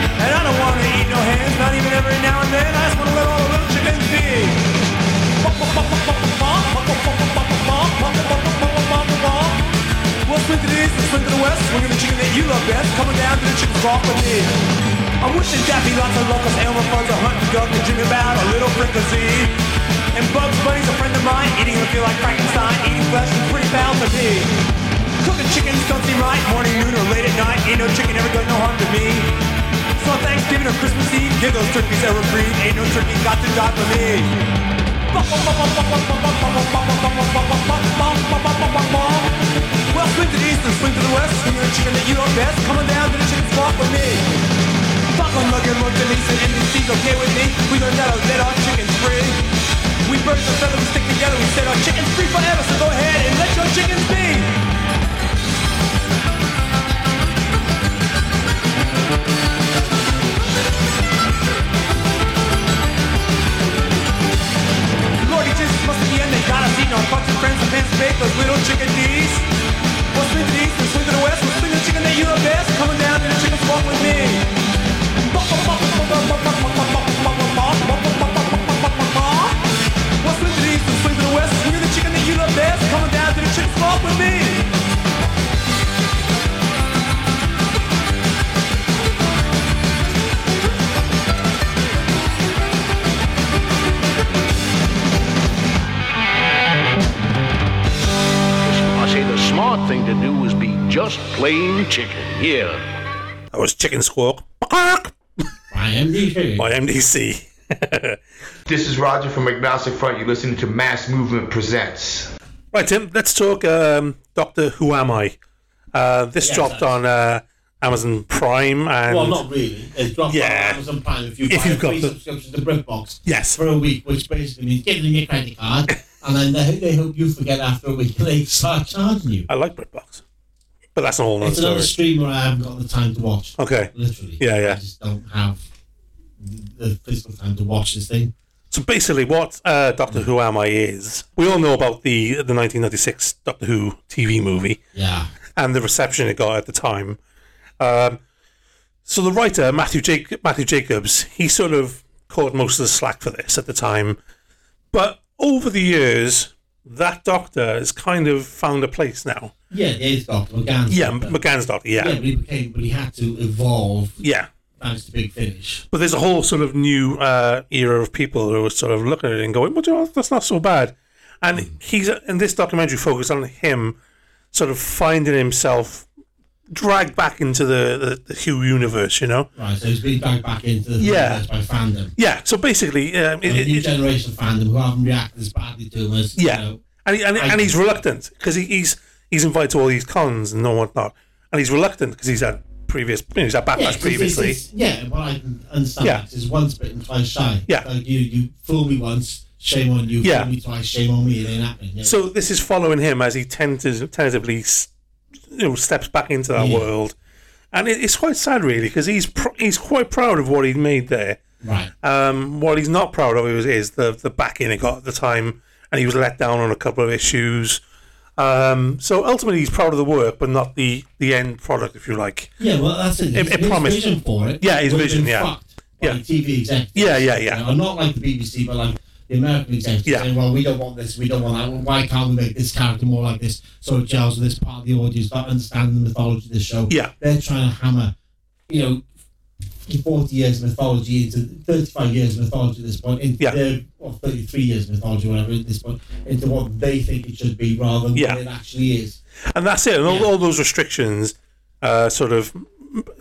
G: And I don't want to eat no hands, not even every now and then. I just want to let all the little chickens be. We'll swing to the east and swing to the west, swinging the chicken that you love best, coming down to the chicken walk with me. I'm wishing Daffy lots of luck, cause Elmer Fudd's a hunting duck, and Jimmy Bout a little fricassee. And Bugs Bunny's a friend of mine, eating him feel like Frankenstein, eating flesh is pretty foul to me. Cooking chickens don't seem right, morning, noon, or late at night, ain't no chicken ever done no harm to me. So on Thanksgiving or Christmas Eve, give those turkeys ever breed, ain't no turkey got to die for me. Well, swing to the east and swing to the west. Swing the chicken that you don't best. Coming down to the chicken spot with me. Fuck on Nugget, Look, Denise, and NBC's okay with me. We gonna let our, let our chickens free. We birds and feathers, we stick together. We set our chickens free forever. So go ahead and let your chickens be. Lordy Jesus must be the end. They got us eating our bunch of friends and fans bake those little chickadees. We'll swing to the east and swing to the west. We'll swing the chicken that you love best. Coming down to the chicken spot with me. We'll swing to the east and swing to the west. Swing to the chicken that you love best. Coming down to the chicken spot with me.
F: I say the smart thing to do is be just plain chicken. Yeah.
A: that was Chicken Squawk by
D: I am DK.
A: MDC.
C: This is Roger from Agnostic Front. You're listening to Mass Movement Presents.
A: Right, Tim, let's talk um, Doctor Who Am I? Uh, this
D: Yes,
A: dropped
D: that's-
A: on uh, Amazon Prime and
D: Well, not really. It's dropped
A: Yeah.
D: on Amazon Prime if you
A: If
D: buy
A: you've
D: a
A: got
D: free
A: the-
D: subscription to BritBox
A: yes,
D: for a week, which basically means giving them your credit card, and then they, they hope you forget after a week (laughs) and they start charging you.
A: I like BritBox, but that's an all another
D: It's another
A: story.
D: streamer I haven't got the time to watch.
A: Okay,
D: Literally.
A: Oh. Yeah, yeah.
D: I just don't have the physical time to watch this thing.
A: so basically, what uh, Doctor Who Am I is, we all know about the the 1996 Doctor Who TV movie.
D: Yeah.
A: and the reception it got at the time. Um, so the writer Matthew Jac- Matthew Jacobs, he sort of caught most of the slack for this at the time, but over the years, that Doctor has kind of found a place now.
D: Yeah, it is Doctor McGann's
A: Yeah,
D: Doctor.
A: McGann's Doctor. Yeah,
D: yeah,
A: yeah.
D: but he became, but he had to evolve thanks to Big Finish.
A: But there's a whole sort of new uh, era of people who are sort of looking at it and going, "Well, do you know, what? that's not so bad." And he's in this documentary focused on him, sort of finding himself dragged back into the, the, the Hugh universe. You know,
D: Right, so he's been dragged back into the
A: Yeah.
D: franchise by fandom.
A: Yeah, so basically, um, it,
D: A new
A: it, it,
D: generation of fandom who haven't reacted as badly to him as
A: yeah,
D: you know,
A: and, he, and, and he's reluctant because he, he's he's invited to all these cons and all whatnot, and he's reluctant because he's had previous, you know, he's had backlash
D: Yeah, it's- it's-
A: previously.
D: it's- yeah, what I can understand
A: Yeah.
D: is once bitten, twice shy.
A: Yeah.
D: Like you, you fool me once, shame on you.
A: Yeah.
D: Fool me twice, shame on me. It ain't happening. Yeah.
A: So this is following him as he tentatively, tentatively s- you know, steps back into that
D: Yeah.
A: world, and it, it's quite sad really because he's pr- he's quite proud of what he'd made there.
D: right.
A: Um, what he's not proud of is, is the the backing it got at the time, and he was let down on a couple of issues. Um, so ultimately, he's proud of the work, but not the the end product, if you like.
D: Yeah, well, that's it.
A: It-
D: His,
A: it promised-
D: vision for it.
A: Yeah, his
D: would've
A: vision,
D: been
A: yeah.
D: fucked by
A: Yeah.
D: TV executives.
A: Yeah, yeah, yeah.
D: You know, not like the BBC, but like the American executives
A: Yeah.
D: saying, "Well, we don't want this. We don't want that. Well, why can't we make this character more like this?" So it gels with this part of the audience that understand the mythology of the show.
A: Yeah.
D: they're trying to hammer, you know, 40 years of mythology into 35 years of mythology at this point, into
A: Yeah.
D: their, or 33 years of mythology, whatever, at this point, into what they think it should be rather than
A: Yeah.
D: what it actually is.
A: and that's it. And all,
D: Yeah.
A: all those restrictions uh, sort of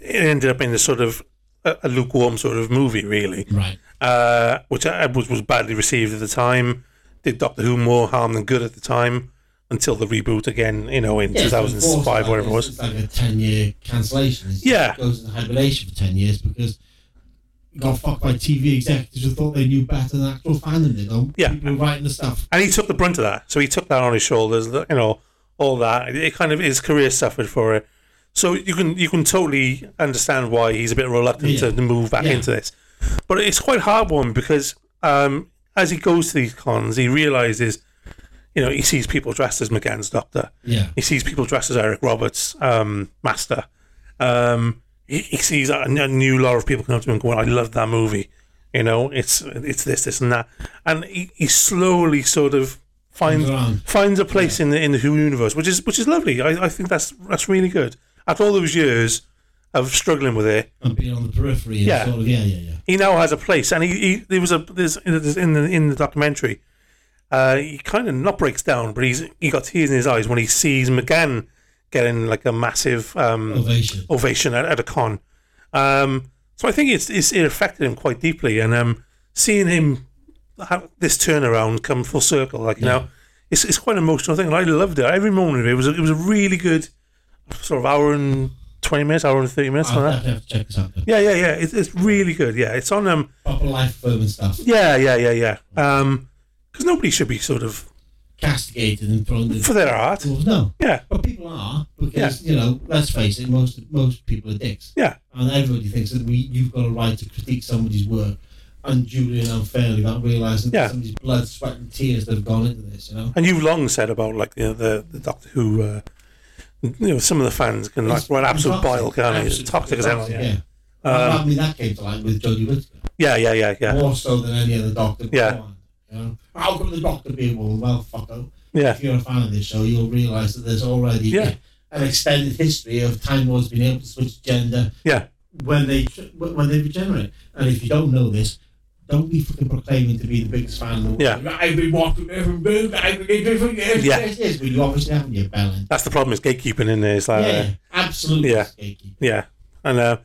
A: it ended up in a sort of a, a lukewarm sort of movie, really,
D: Right.
A: uh, which I, was was badly received at the time. Did Doctor Who more harm than good at the time until the reboot again, you know, in
D: Yeah,
A: two
D: it's
A: thousand
D: enforced
A: five,
D: like
A: whatever it was.
D: this. It's like a 10 year cancellation. It's-
A: Yeah.
D: It goes into hibernation for 10 years because you got fucked by TV executives who thought they knew better than actual fandom did. Or
A: Yeah.
D: People writing the stuff.
A: And he took the brunt of that. So he took that on his shoulders, the- you know, all that. It- It kind of his career suffered for it. So you can you can totally understand why he's a bit reluctant
D: Yeah.
A: to move back
D: Yeah.
A: into this. But it's quite a hard one because um, as he goes to these cons, he realizes, you know, he sees people dressed as McGann's doctor.
D: Yeah.
A: He sees people dressed as Eric Roberts' um, master. Um, he, he sees a, a new lot of people come up to him and going, "I love that movie." You know, it's it's this, this, and that, and he, he slowly sort of finds
D: Comes around.
A: finds a place in the in the Who universe, which is which is lovely. I, I think that's that's really good. After all those years of struggling with it,
D: And being on the periphery. And
A: Yeah.
D: Sort of, yeah, yeah, yeah.
A: he now has a place, and he, he there was a there's, there's in the in the documentary, uh, he kind of not breaks down, but he's he got tears in his eyes when he sees McGann getting like a massive um,
D: Ovation.
A: ovation at, at a con. Um, so I think it's, it's it affected him quite deeply, and um, seeing him have this turnaround come full circle, like you know, it's it's quite an emotional thing. And I loved it. Every moment of it, was a, it was a really good sort of hour and twenty minutes, hour and thirty minutes.
D: I'll
A: something like that.
D: definitely have to check this out. then.
A: Yeah, yeah, yeah. It's it's really good. Yeah, it's on um.
D: Proper life firm and stuff.
A: Yeah, yeah, yeah, yeah. Um, because nobody should be sort of
D: Castigated and thrown in-
A: for their art.
D: Well, no.
A: Yeah,
D: But people are because you know. Let's face it. Most most people are dicks,
A: yeah,
D: and everybody thinks that we you've got a right to critique somebody's work unduly and unfairly without realizing
A: Yeah.
D: that somebody's blood, sweat, and tears that have gone into this. You know.
A: and you've long said about like you know, the the Doctor Who, uh, you know, some of the fans can like
D: It's
A: run absolute
D: toxic.
A: bile, can't they? It's
D: Absolute
A: toxic as hell.
D: toxic,
A: Yeah,
D: Yeah. Um, I mean, that came to light with Jodie Whittaker
A: yeah, yeah, yeah, yeah.
D: more so than any other doctor.
A: Yeah.
D: Go on, You know? How can the doctor be a woman? Well, fucker.
A: yeah.
D: if you're a fan of this show, you'll realise that there's already
A: Yeah.
D: an extended history of Time Lords being able to switch gender
A: Yeah.
D: when they when they regenerate. And if you don't know this, don't be fucking proclaiming to be the biggest fan in the world.
A: Yeah.
D: I've been watching every move. I've been doing different years.
A: Yeah.
D: Yes, yes, but you obviously haven't yet, Belen.
A: That's the problem. Is gatekeeping in there. It's like
D: yeah,
A: yeah,
D: absolutely.
A: Uh, yeah.
D: Skakey.
A: yeah. and uh,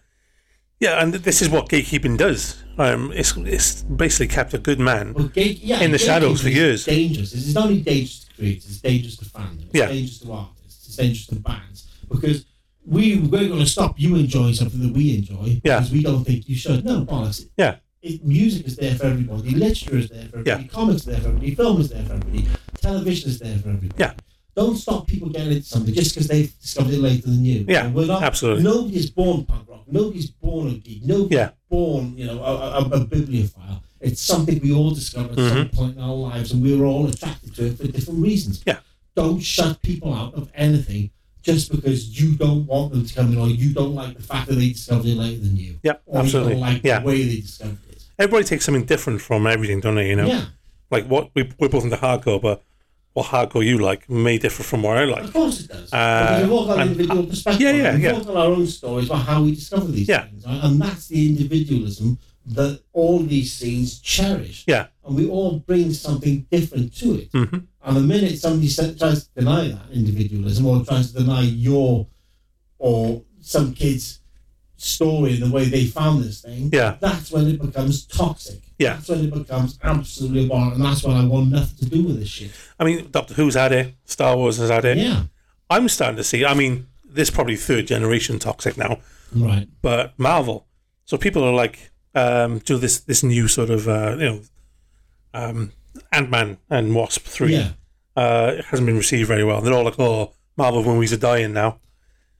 A: yeah, and this is what gatekeeping does. Um, it's it's basically kept a good man.
D: Well, gate, yeah,
A: In the
D: gatekeeping
A: shadows for
D: is
A: years.
D: Dangerous. It's not only dangerous to creators, it's dangerous to fans, it's
A: Yeah.
D: dangerous to artists, it's dangerous to bands because we we're going to stop you enjoying something that we enjoy
A: Yeah.
D: because we don't think you should. No, bollocks.
A: Yeah,
D: It, music is there for everybody. Literature is there for everybody.
A: Yeah.
D: Comics are there for everybody. Film is there for everybody. Television is there for everybody.
A: Yeah.
D: Don't stop people getting into something just because they've discovered it later than you.
A: Yeah,
D: And we're not,
A: absolutely.
D: Nobody's born punk rock. Nobody's born a geek. Nobody's
A: Yeah.
D: born, you know, a, a, a bibliophile. It's something we all discover at some point in our lives, and we were all attracted to it for different reasons.
A: Mm-hmm. Yeah.
D: Don't shut people out of anything just because you don't want them to come in, or you don't like the fact that they discovered it later than you.
A: Yep,
D: or
A: absolutely.
D: You don't like
A: Yeah.
D: the way they discovered it.
A: everybody takes something different from everything, don't they? You know,
D: Yeah.
A: like what we we're both into hardcore, but what hardcore you like may differ from what I
D: Of
A: like.
D: course it does.
A: Uh,
D: Because we've all got
A: and-
D: individual perspective.
A: yeah, yeah,
D: We've
A: yeah.
D: all got our own stories about how we discover these
A: Yeah.
D: things. right? And that's the individualism that all these scenes cherish.
A: Yeah, Mm-hmm.
D: And we all bring something different to it. And the minute somebody sa- tries to deny that individualism or tries to deny your or some kid's story and the way they found this thing,
A: Yeah.
D: that's when it becomes toxic.
A: Yeah.
D: That's when it becomes absolutely abhorrent. And that's when I want nothing to do with this shit.
A: I mean, Doctor Who's had it, Star Wars has had it.
D: Yeah.
A: I'm starting to see. I mean, this probably third generation toxic now,
D: Right.
A: but Marvel. So people are like, um, do this this new sort of uh, you know, um, Ant Man and Wasp three.
D: Yeah.
A: Uh, it hasn't been received very well. They're all like, oh, Marvel movies are dying now.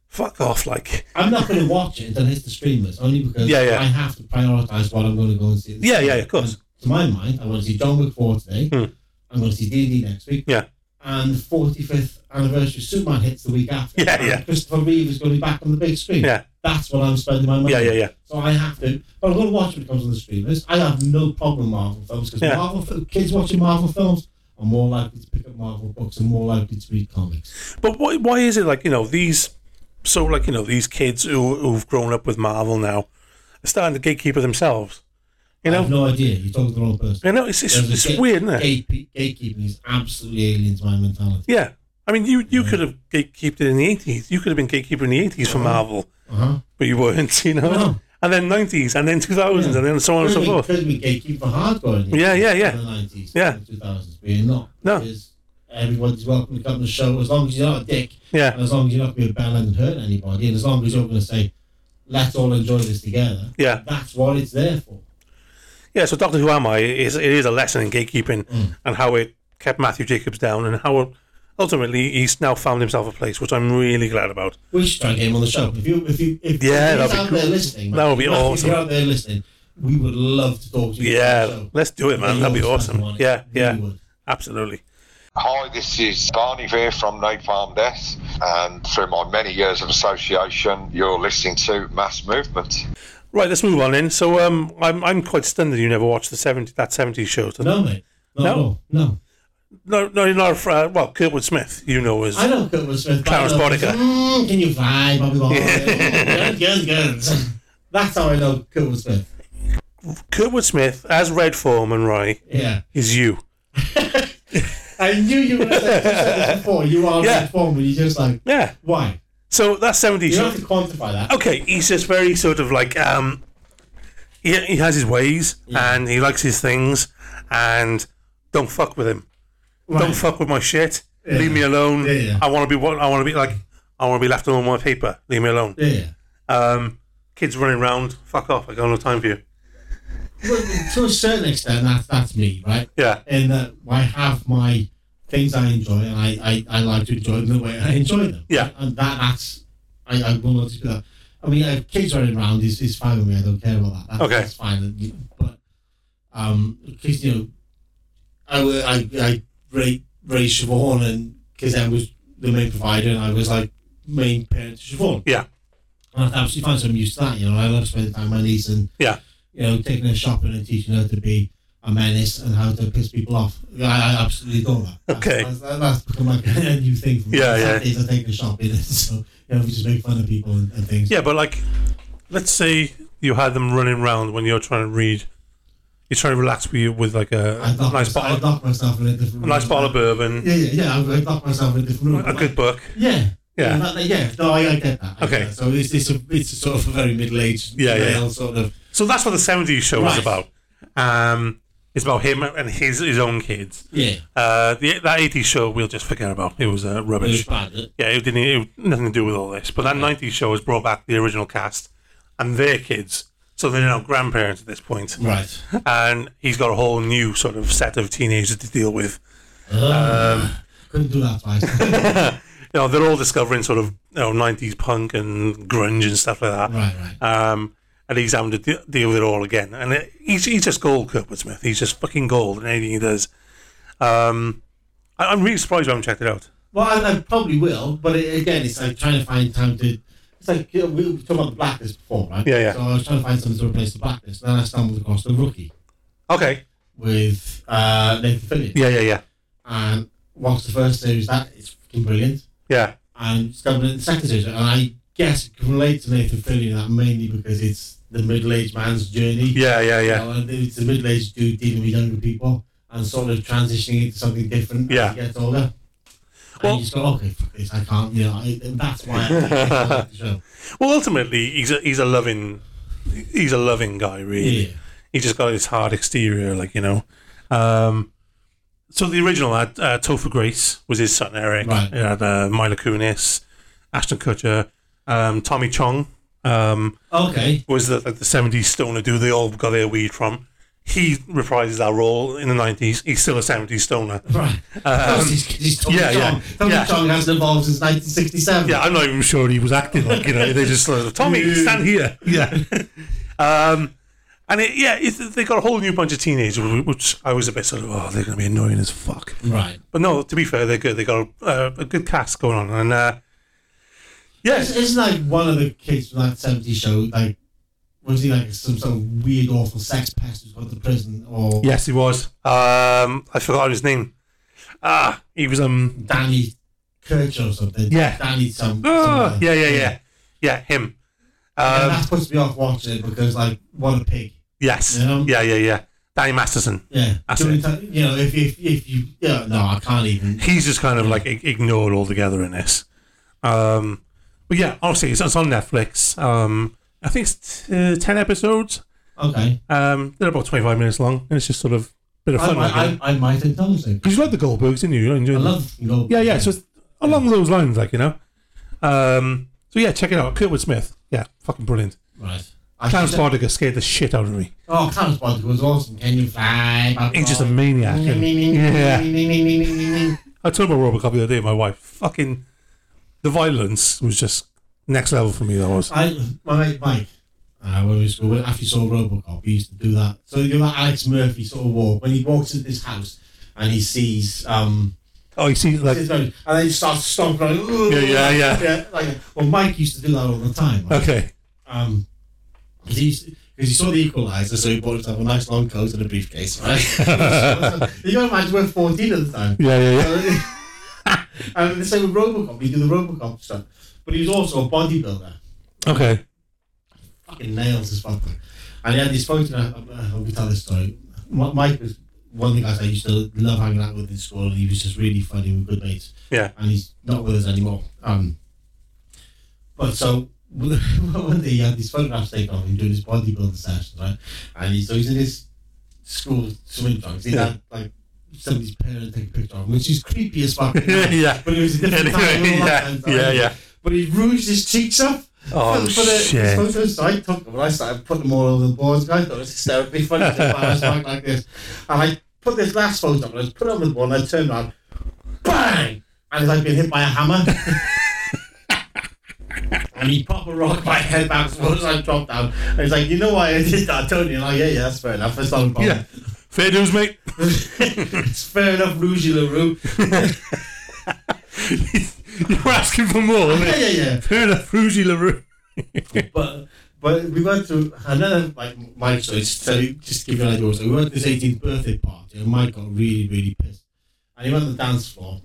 A: Fuck off! Like,
D: I'm not going to watch it until it's the streamers, only because
A: Yeah, yeah.
D: I have to prioritize what I'm going to go and see. at the
A: Yeah, yeah,
D: cinema.
A: of course.
D: And to my mind, I want to see John Wick 4 today.
A: Hmm.
D: I'm going to see D&D next week.
A: Yeah.
D: And the 45th anniversary of Superman hits the week after.
A: Yeah,
D: and
A: yeah.
D: Christopher Reeve is going to be back on the big screen.
A: Yeah.
D: That's what I'm spending my money
A: Yeah, yeah,
D: on.
A: yeah.
D: So I have to. But I'm going to watch when it comes on the streamers. I have no problem with Marvel films because
A: Yeah.
D: Marvel fi- kids watching Marvel films are more likely to pick up Marvel books and more likely to read comics.
A: but why why is it like you know these? So like you know these kids who who've grown up with Marvel now, they're starting to gatekeeper themselves. You
D: I have
A: know,
D: no idea. You talked to the wrong person.
A: you know, it's it's,
D: There's a
A: it's
D: gate-
A: weird, isn't it?
D: Gate, gatekeeping is absolutely alien to my mentality.
A: Yeah, I mean, you you could have gatekeeped it in the eighties. You could have been gatekeeper in the eighties for Marvel,
D: Uh huh.
A: but you weren't. (laughs) You know,
D: No.
A: and then nineties, and then two thousands, and then so on and so forth.
D: Because we gatekeep for hardcore. In the
A: Yeah, yeah,
D: 80s,
A: yeah.
D: In the nineties,
A: Yeah.
D: two thousands, but you're not.
A: No.
D: Because everyone's welcome to come to the show as long as you're not a dick, and
A: Yeah,
D: as long as you're not going to bell and hurt anybody, and as long as you're going to say, "Let's all enjoy this together."
A: Yeah.
D: That's what it's there for.
A: yeah. So Doctor Who Am I is it is a lesson in gatekeeping
D: Mm.
A: and how it kept Matthew Jacobs down and how ultimately he's now found himself a place, which I'm really glad about.
D: We should try and get him on the show. If you, if you, if
A: Yeah,
D: if
A: that'd
D: he's
A: be
D: out
A: cool.
D: there listening,
A: That would be
D: Matthew, If
A: awesome.
D: you're out there listening, we would love to talk to you. on the
A: Yeah,
D: show.
A: let's do it, man. That'd be
D: We'd love to have
A: awesome.
D: you on it.
A: Yeah,
D: We
A: yeah,
D: would.
A: absolutely.
H: Hi, this is Barney Veer from Napalm Death, and through my many years of association, you're listening to Mass Movement.
A: Right, let's move on then. So, um, I'm I'm quite stunned that you never watched the seventy that seventy show.
D: No, mate. No,
A: No?
D: no, no.
A: No, no, you're not. a fr- Uh, well, Kirkwood Smith, you know, is
D: I know Kurtwood Smith. but I
A: Clarence
D: know-
A: Boddicker.
D: Mm, can you fly, Bobby Bob? Guns, guns, guns. (laughs) That's how I know Kurtwood Smith.
A: Kurtwood Smith as Red Foreman, right?
D: Yeah,
A: Is you?
D: I knew you were going to say this before. You are
A: Yeah.
D: yeah. form, but you're just like,
A: Yeah.
D: why?
A: So that's seventy
D: You
A: show.
D: don't have to quantify that.
A: okay, he's just very sort of like um, he he has his ways and he likes his things and don't fuck with him. Don't
D: Right.
A: fuck with my shit. Leave me alone.
D: Yeah, yeah.
A: I want to be what I want to be like. I want to be left alone with my paper. Leave me alone.
D: Yeah.
A: Um, kids running around. Fuck off. I got no time for you.
D: Well, to a certain extent, that's that's me, right?
A: Yeah.
D: And that I have my things I enjoy, and I, I, I like to enjoy them the way I enjoy them.
A: Yeah.
D: And that that's I, I will not dispute that. I mean, if kids running around is, is fine with me. I don't care about that. That's,
A: Okay.
D: That's fine. But um, because you know, I wa- I I raised raised Siobhan, and because I was the main provider, and I was like main parent to Siobhan.
A: Yeah.
D: And that's absolutely fine. So I'm used to that. You know, I love spending time with my niece and
A: Yeah.
D: you know, taking her shopping and teaching her to be a menace and how to piss people off. I, I absolutely adore that. That's-
A: Okay.
D: That's, that's, become like (laughs) a new thing for me.
A: Yeah, yeah.
D: Saturdays I take her shopping, (laughs) so you know, we just make fun of people and, and things.
A: Yeah, but like, let's say you had them running around when you're trying to read. You're trying to relax with you with like a
D: I
A: nice
D: knock, myself, I
A: bottle,
D: knock myself in a different
A: a nice
D: room.
A: bottle of bourbon,
D: Yeah, yeah, yeah. I, I knock myself in a different room.
A: a good book.
D: Yeah.
A: Yeah.
D: that- that- yeah. No, I, I get that. I get
A: Okay.
D: that. So it's, it's, a, it's a sort of a very middle aged
A: Yeah, yeah.
D: sort of.
A: So that's what the '70s show is
D: Right.
A: about. Um, it's about him and his his own kids.
D: Yeah.
A: Uh, the, that '80s show we'll just forget about. It was uh,
D: It was
A: rubbish.
D: bad. eh?
A: Yeah, it didn't. It had nothing to do with all this. But that '90s show has brought back the original cast and their kids, so they're now grandparents at this point.
D: Right.
A: and he's got a whole new sort of set of teenagers to deal with. Um,
D: (sighs) Couldn't do that twice. (laughs)
A: You know, they're all discovering sort of you know nineties punk and grunge and stuff like that.
D: right, right.
A: Um, and he's having to de- deal with it all again. And it, he's he's just gold, Kurtwood Smith. He's just fucking gold in anything he does. Um, I, I'm really surprised you haven't checked it out.
D: Well, I, I probably will, but it, again, it's like trying to find time to. It's like you know, we were talking about the blacklist before, right?
A: Yeah, yeah.
D: So I was trying to find something to replace the blacklist, and then I stumbled across the rookie
A: Okay.
D: with uh, Nathan Fillion.
A: Yeah, yeah, yeah,
D: And whilst the first series that is fucking brilliant,
A: yeah,
D: and stumbled in the second series, and I guess it can relate to Nathan Fillion that mainly because it's the middle-aged man's journey.
A: yeah, yeah, yeah.
D: You know, and uh, it's a middle-aged dude dealing with younger people and sort of transitioning into something different
A: Yeah.
D: as he gets older. And
A: Well-
D: you just go, okay, fuck this, I can't, you know, I, and that's why
A: (laughs)
D: I, I like the show.
A: Well, ultimately, he's a, he's a loving he's a loving guy, really.
D: Yeah.
A: He just got his hard exterior, like you know. Um, so the original had uh, Topher Grace was his son Eric.
D: Right.
A: It had uh, Mila Kunis, Ashton Kutcher, um, Tommy Chong um,
D: Okay.
A: was the like the seventies stoner dude they all got their weed from. He reprises that role in the nineties. He's still a seventies stoner.
D: Right. Um, he's, he's Tommy
A: yeah,
D: Chong.
A: yeah,
D: Tommy
A: yeah.
D: Chong hasn't evolved since 1967.
A: Yeah, I'm not even sure he was acting like you know. They just sort of Tommy stand here. Yeah. um, and it, yeah, it's, they got a whole new bunch of teenagers, wh- which I was a bit sort of oh, they're going to be annoying as fuck.
D: Right.
A: But no, to be fair, they're good. They got a, uh, a good cast going on, and uh, yes,
D: Isn't like one of the kids from that 70s show, like, was he like some sort of weird, awful sex pest who's gone to prison or
A: yes, he was. Um, I forgot his name. Ah, he was um.
D: Danny Kirch or something?
A: Yeah.
D: Danny some. uh,
A: ah,
D: something.
A: yeah, yeah, yeah, yeah, him.
D: and
A: Um,
D: that puts me off watching it because, like, what a pig.
A: yes.
D: Yeah.
A: Yeah, yeah, yeah. Danny Masterson.
D: Yeah.
A: That's
D: Do you
A: it.
D: want me to- you know, if, if, if you. Yeah, no, I can't even.
A: He's just kind of like ig- ignored altogether in this. Um, but yeah, honestly, it's, it's on Netflix. Um, I think it's t- uh, 10 episodes.
D: Okay.
A: Um, they're about 25 minutes long, and it's just sort of a bit of
D: I,
A: fun. Because
D: I, I, I might indulge it.
A: you like the Goldbergs, didn't you? You enjoyed
D: I
A: them.
D: love Goldberg.
A: Yeah, yeah. So it's along those lines, like you know. Um, so yeah, check it out. Kurtwood Smith. Yeah, fucking brilliant.
D: Right. I
A: Clarence
D: should-
A: Boddicker scared the shit out of me.
D: Oh, Clarence Boddicker was awesome. Can you fly? Oh. back
A: He's just a
D: home?
A: maniac. and- (laughs) yeah.
D: yeah.
A: I told my Robert copy the other day. My wife, fucking, the violence was just next level for me. That was.
D: I, my mate Mike, uh, when we was going, after he saw Robocop, he used to do that. So you know that Alex Murphy sort of walk when he walks into this house and he sees um
A: Oh, you see, like,
D: and then he starts stomping like,
A: Yeah, yeah, yeah.
D: like, well Mike used to do that all the time. Like,
A: okay,
D: um, because he, he saw the equalizer, so he bought himself a nice long coat and a briefcase,
A: (laughs)
D: right? you gotta imagine we're 14 at the time.
A: yeah, yeah, yeah.
D: and the same with Robocop, he did the Robocop stuff. But he was also a bodybuilder.
A: Okay,
D: fucking nails his fucker. And he had this photograph. I hope you tell this story. Mi- Mike was one of the guys I used to love hanging out with in school, and he was just really funny and good mates.
A: Yeah.
D: And he's not with us anymore. Um, but so (laughs) one day he had these photographs taken of him doing his bodybuilding sessions, right? And he's, so he's in his school swimming trunks. He had like somebody's parent take a picture of him, which is creepy
A: (laughs)
D: as fuck.
A: Yeah.
D: But it was a
A: (laughs)
D: different time. and all
A: yeah,
D: that kind of
A: yeah,
D: stuff.
A: yeah.
D: But he rouged his cheeks up.
A: Oh
D: For the-
A: shit!
D: for the side took them and I started putting them all over the boards. I thought it was hysterically funny to embarrass Mike like this. And I put this last photo up and I was put it on the board and I turned around, bang! And it's like being hit by a hammer. (laughs) and he popped a rock my head back as I dropped down. And he's like, you know why I did that, Tony? And I'm like, yeah, yeah, that's fair enough. That's not a problem.
A: Yeah, fair dues, mate.
D: (laughs)
A: (laughs)
D: it's fair enough, Rougie LaRue.
A: you were asking for more.
D: yeah,
A: mate.
D: yeah, yeah.
A: Fair enough, Rougie LaRue.
D: but but we went to another like Mike. So just to tell you, just to give you an idea. also, we went to his 18th birthday party, and Mike got really really pissed, and he went on the dance floor,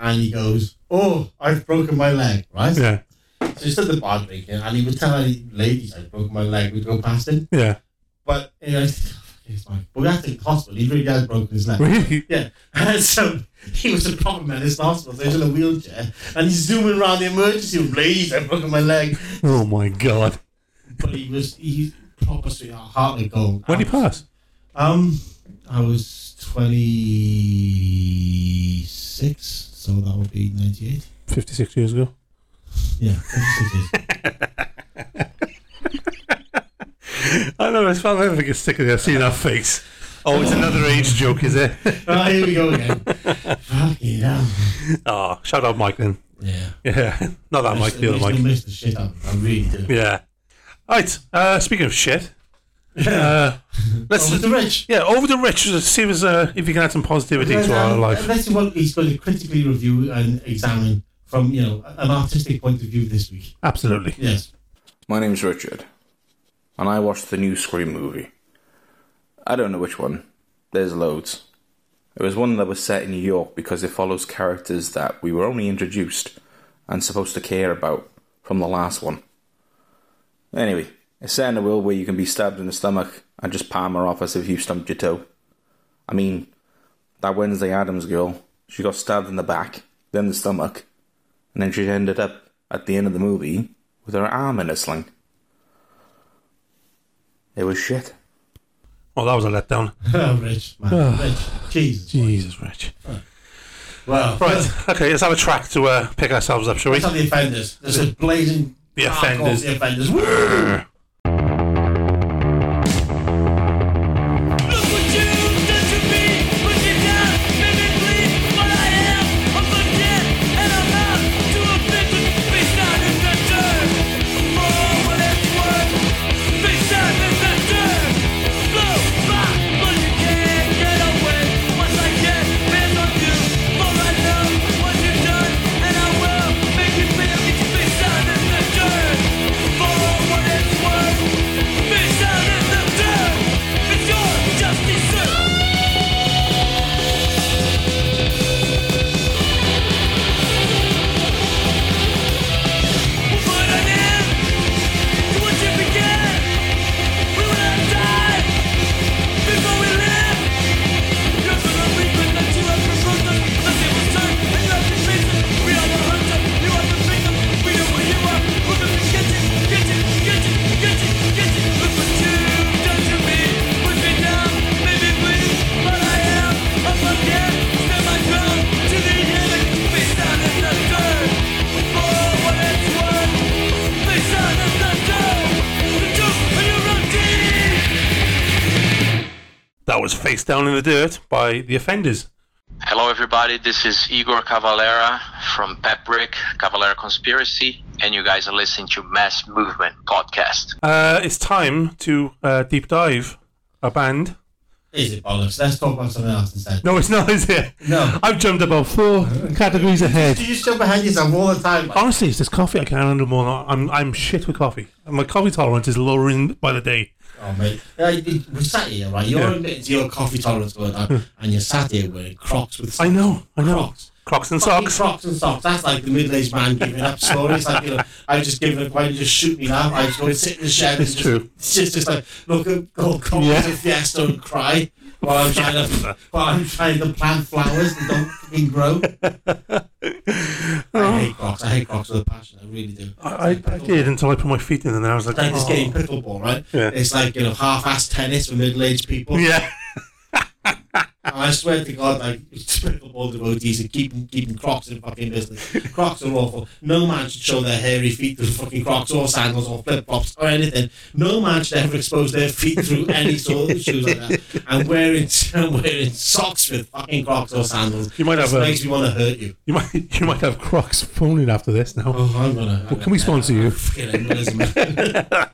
D: and he goes, "Oh, I've broken my leg," right?
A: Yeah,
D: So he stood at the bar drinking, and he would tell any ladies, "I broke my leg." We'd go past him,
A: yeah.
D: but you know, (laughs) it's Mike. But we had to the hospital. He really has broken his leg.
A: Really?
D: Yeah. (laughs) And so he was a problem man in the hospital. So he's in a wheelchair and he's zooming around the emergency room. Ladies, I've broken my leg.
A: Oh my god!
D: but he was he's proper sweetheart, heart of gold.
A: When did he pass?
D: Um, I was twenty six, so that would be ninety eight.
A: Fifty-six years ago.
D: Yeah, 26 years.
A: (laughs) I know, it's fun. I never get sick of it. seeing that face. Oh, it's another age joke, is it? (laughs)
D: Ah, here we go again. Fucking hell.
A: oh, shout out Mike then.
D: Yeah.
A: Yeah, (laughs) not that Mike, the other
D: I
A: Mike.
D: miss the shit out of it. I really do.
A: Yeah. Right, uh, speaking of shit, uh, let's.
D: Over the rich.
A: yeah, over the rich, let's see if, there's, uh, if you can add some positivity to our
D: Um,
A: life.
D: Let's see what he's going to critically review and examine from, you know, an artistic point of view this week.
A: Absolutely.
D: Yes. (laughs)
I: My name's Richard, and I watched the new Scream movie. I don't know which one, there's loads. It was one that was set in New York because it follows characters that we were only introduced and supposed to care about from the last one. Anyway, it's set in a world where you can be stabbed in the stomach and just palm her off as if you stumped your toe. I mean, that Wednesday Adams girl, she got stabbed in the back, then the stomach, and then she ended up at the end of the movie with her arm in a sling. It was shit.
A: Well, that was a letdown.
D: rich,
A: Ah.
D: man. rich. Jesus.
A: Jesus, Rich.
D: Well,
A: Right, okay, let's have a track to uh, pick ourselves up, shall we?
D: It's not the offenders. There's a blazing.
A: The
D: mark of
A: offenders.
D: The offenders. Woo!
J: Look what you did to me. Put me down, made me bleed. But I am a forget, and I'm out to offend you. Face down in the dirt. For what it's worth. Face down in the dirt. Blow by, but you can't get away. Once I get hands on you, for I know what you've done, and I will make you feel. It's face down in the dirt. For what it's worth.
A: That was Face Down in the Dirt by The Offenders.
K: Hello, everybody. This is Igor Cavalera from Peprick, Cavalera Conspiracy, and you guys are listening to Mass Movement Podcast.
A: Uh, it's time to uh, deep dive a band.
D: Is it bollocks? Let's talk about something else instead.
A: No, it's not, is it? No. I've jumped about four categories ahead.
D: You just jump ahead yourself all the time.
A: Honestly, it's this coffee I can't handle more. than- I'm, I'm shit with coffee. My coffee tolerance is lowering by the day.
D: Oh, mate. Yeah, you- we sat here, right? You're
A: Yeah. Hmm.
D: admitting to your coffee tolerance going down, and you sat here wearing Crocs with
A: I know, I know. Crocs, and socks.
D: Crocs and socks. That's like the middle-aged man giving up stories. Like you know, I just give it up. Why don't you just shoot me now? I just go and sit in the shed. and
A: It's
D: just-
A: true.
D: It's just, just like look at gold coffee
A: Yeah.
D: yeah. and fiesta and cry while I'm
A: (laughs)
D: trying to while I'm trying to plant flowers that don't fucking grow. I hate Crocs. I hate Crocs with a passion. I really do.
A: Oh. I, I, I did until I put my feet in, and then I was like,
D: It's like this
A: "Oh."
D: game pickleball, right?
A: Yeah.
D: It's like you know half-ass tennis for middle-aged
A: (laughs)
D: people.
A: Yeah.
D: I swear to God, like pickleball devotees are keeping keeping Crocs in fucking business. Crocs are awful. No man should show their hairy feet through fucking Crocs or sandals or flip flops or anything. No man should ever expose their feet through any sort of shoes like that. And wearing (laughs) and wearing socks with fucking Crocs or sandals.
A: You might
D: just
A: have a-
D: makes me want to hurt you.
A: You might you might have Crocs phoning after this now.
D: Oh, I'm gonna.
A: Well, can we sponsor you?
D: Fucking embolism.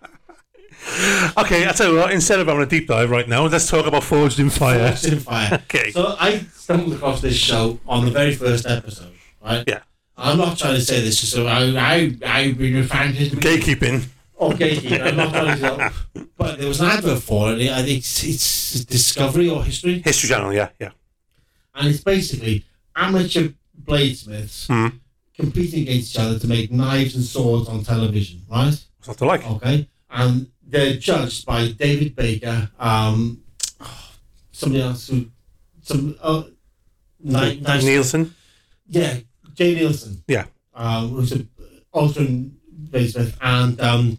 A: Okay, I tell you what. Instead of having a deep dive right now, let's talk about Forged in Fire.
D: Forged in Fire.
A: (laughs) okay.
D: So I stumbled across this show on the very first episode, right?
A: Yeah.
D: I'm not trying to say this just so I I I've been a fan of
A: Gatekeeping.
D: Oh, gatekeeper. I'm not trying to help. But there was an advert for it. I think it's, it's Discovery or History,
A: History Channel. Yeah, yeah.
D: and it's basically amateur bladesmiths
A: Hmm.
D: competing against each other to make knives and swords on television. Right?
A: What's not to like?
D: Okay. And they're judged by David Baker, um, somebody else who, some uh, ni- nice,
A: Nielsen.
D: yeah, Jay Nielsen,
A: Yeah.
D: uh, who's a Ultron bladesmith, and um,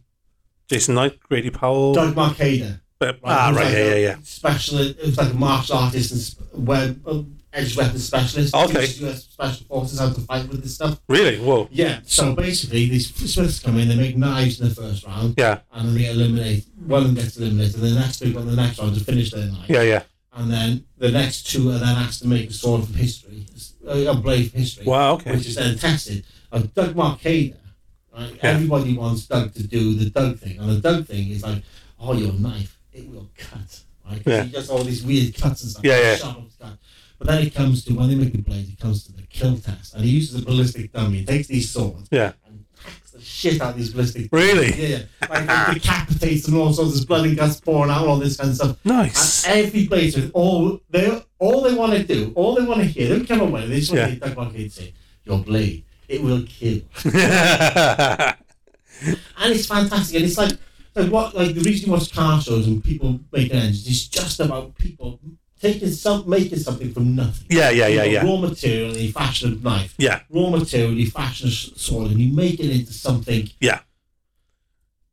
A: Jason Knight. Grady Powell.
D: Doug Marcader.
A: Uh, ah,
D: who's
A: right.
D: like
A: Yeah,
D: a
A: yeah, yeah.
D: Specialist, it was like a martial artist and sp- web, uh, edge weapons specialist.
A: Okay.
D: Teaches US special forces how to fight with this stuff.
A: Really? Whoa.
D: Yeah. So basically, these Smiths come in, they make knives in the first round,
A: Yeah,
D: and then they eliminate one of them gets eliminated, and the next people in the next round to finish their knife.
A: yeah, yeah.
D: And then the next two are then asked to make a sword from history, a a blade from history.
A: Wow. Okay.
D: Which is then tested. And Doug Marcader, right? Everybody wants Doug to do the Doug thing. And the Doug thing is like, oh, your knife, it will cut. Right? 'Cause
A: Yeah.
D: He gets all these weird cuts and stuff.
A: Yeah, yeah.
D: Sharp and stuff. But then it comes to, when they make the blade, it comes to the kill test. And he uses a ballistic dummy, He takes these swords,
A: Yeah.
D: hacks the shit out of these ballistic
A: Really?
D: Yeah, yeah. Like, he decapitates them and all sorts. There's blood and guts pouring out, all this kind of stuff.
A: Nice.
D: And every place with all they all they want to do, all they want to hear, they don't care about what they just want
A: Yeah.
D: to hear Doug Marcade say, "Your blade, it will kill."
A: (laughs)
D: and it's fantastic, and it's like like what like the reason you watch car shows and people making engines is just about people taking some making something from nothing.
A: Yeah, yeah, yeah,
D: You've got
A: yeah.
D: Raw material and you fashion a knife.
A: Yeah.
D: Raw material, you fashion a s- sword, and you make it into something
A: Yeah.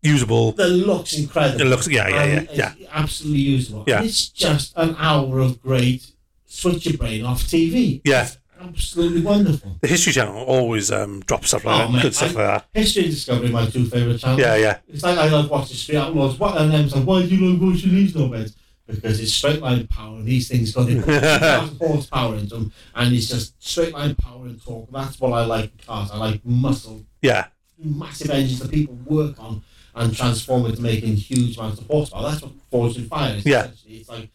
A: Usable.
D: that looks incredible.
A: It looks- yeah, yeah,
D: And
A: yeah,
D: it's
A: yeah.
D: Absolutely usable.
A: Yeah.
D: And It's just an hour of great switch your brain off TV.
A: Yeah.
D: Absolutely wonderful.
A: The History Channel always um, drops stuff like that.
D: mate,
A: Good stuff
D: I-
A: like that.
D: History and Discovery are my two favourite channels.
A: Yeah, yeah.
D: It's like I love watching Street Outlaws. What and then it's like, why do you love watching these novels? Because it's straight line power and these things
A: (laughs)
D: got it horsepower into them and it's just straight line power and talk. That's what I like in cars. I like muscle
A: Yeah.
D: massive engines that people work on and transform into making huge amounts of horsepower. That's what Forged in Fire is.
A: Yeah.
D: essentially. It's like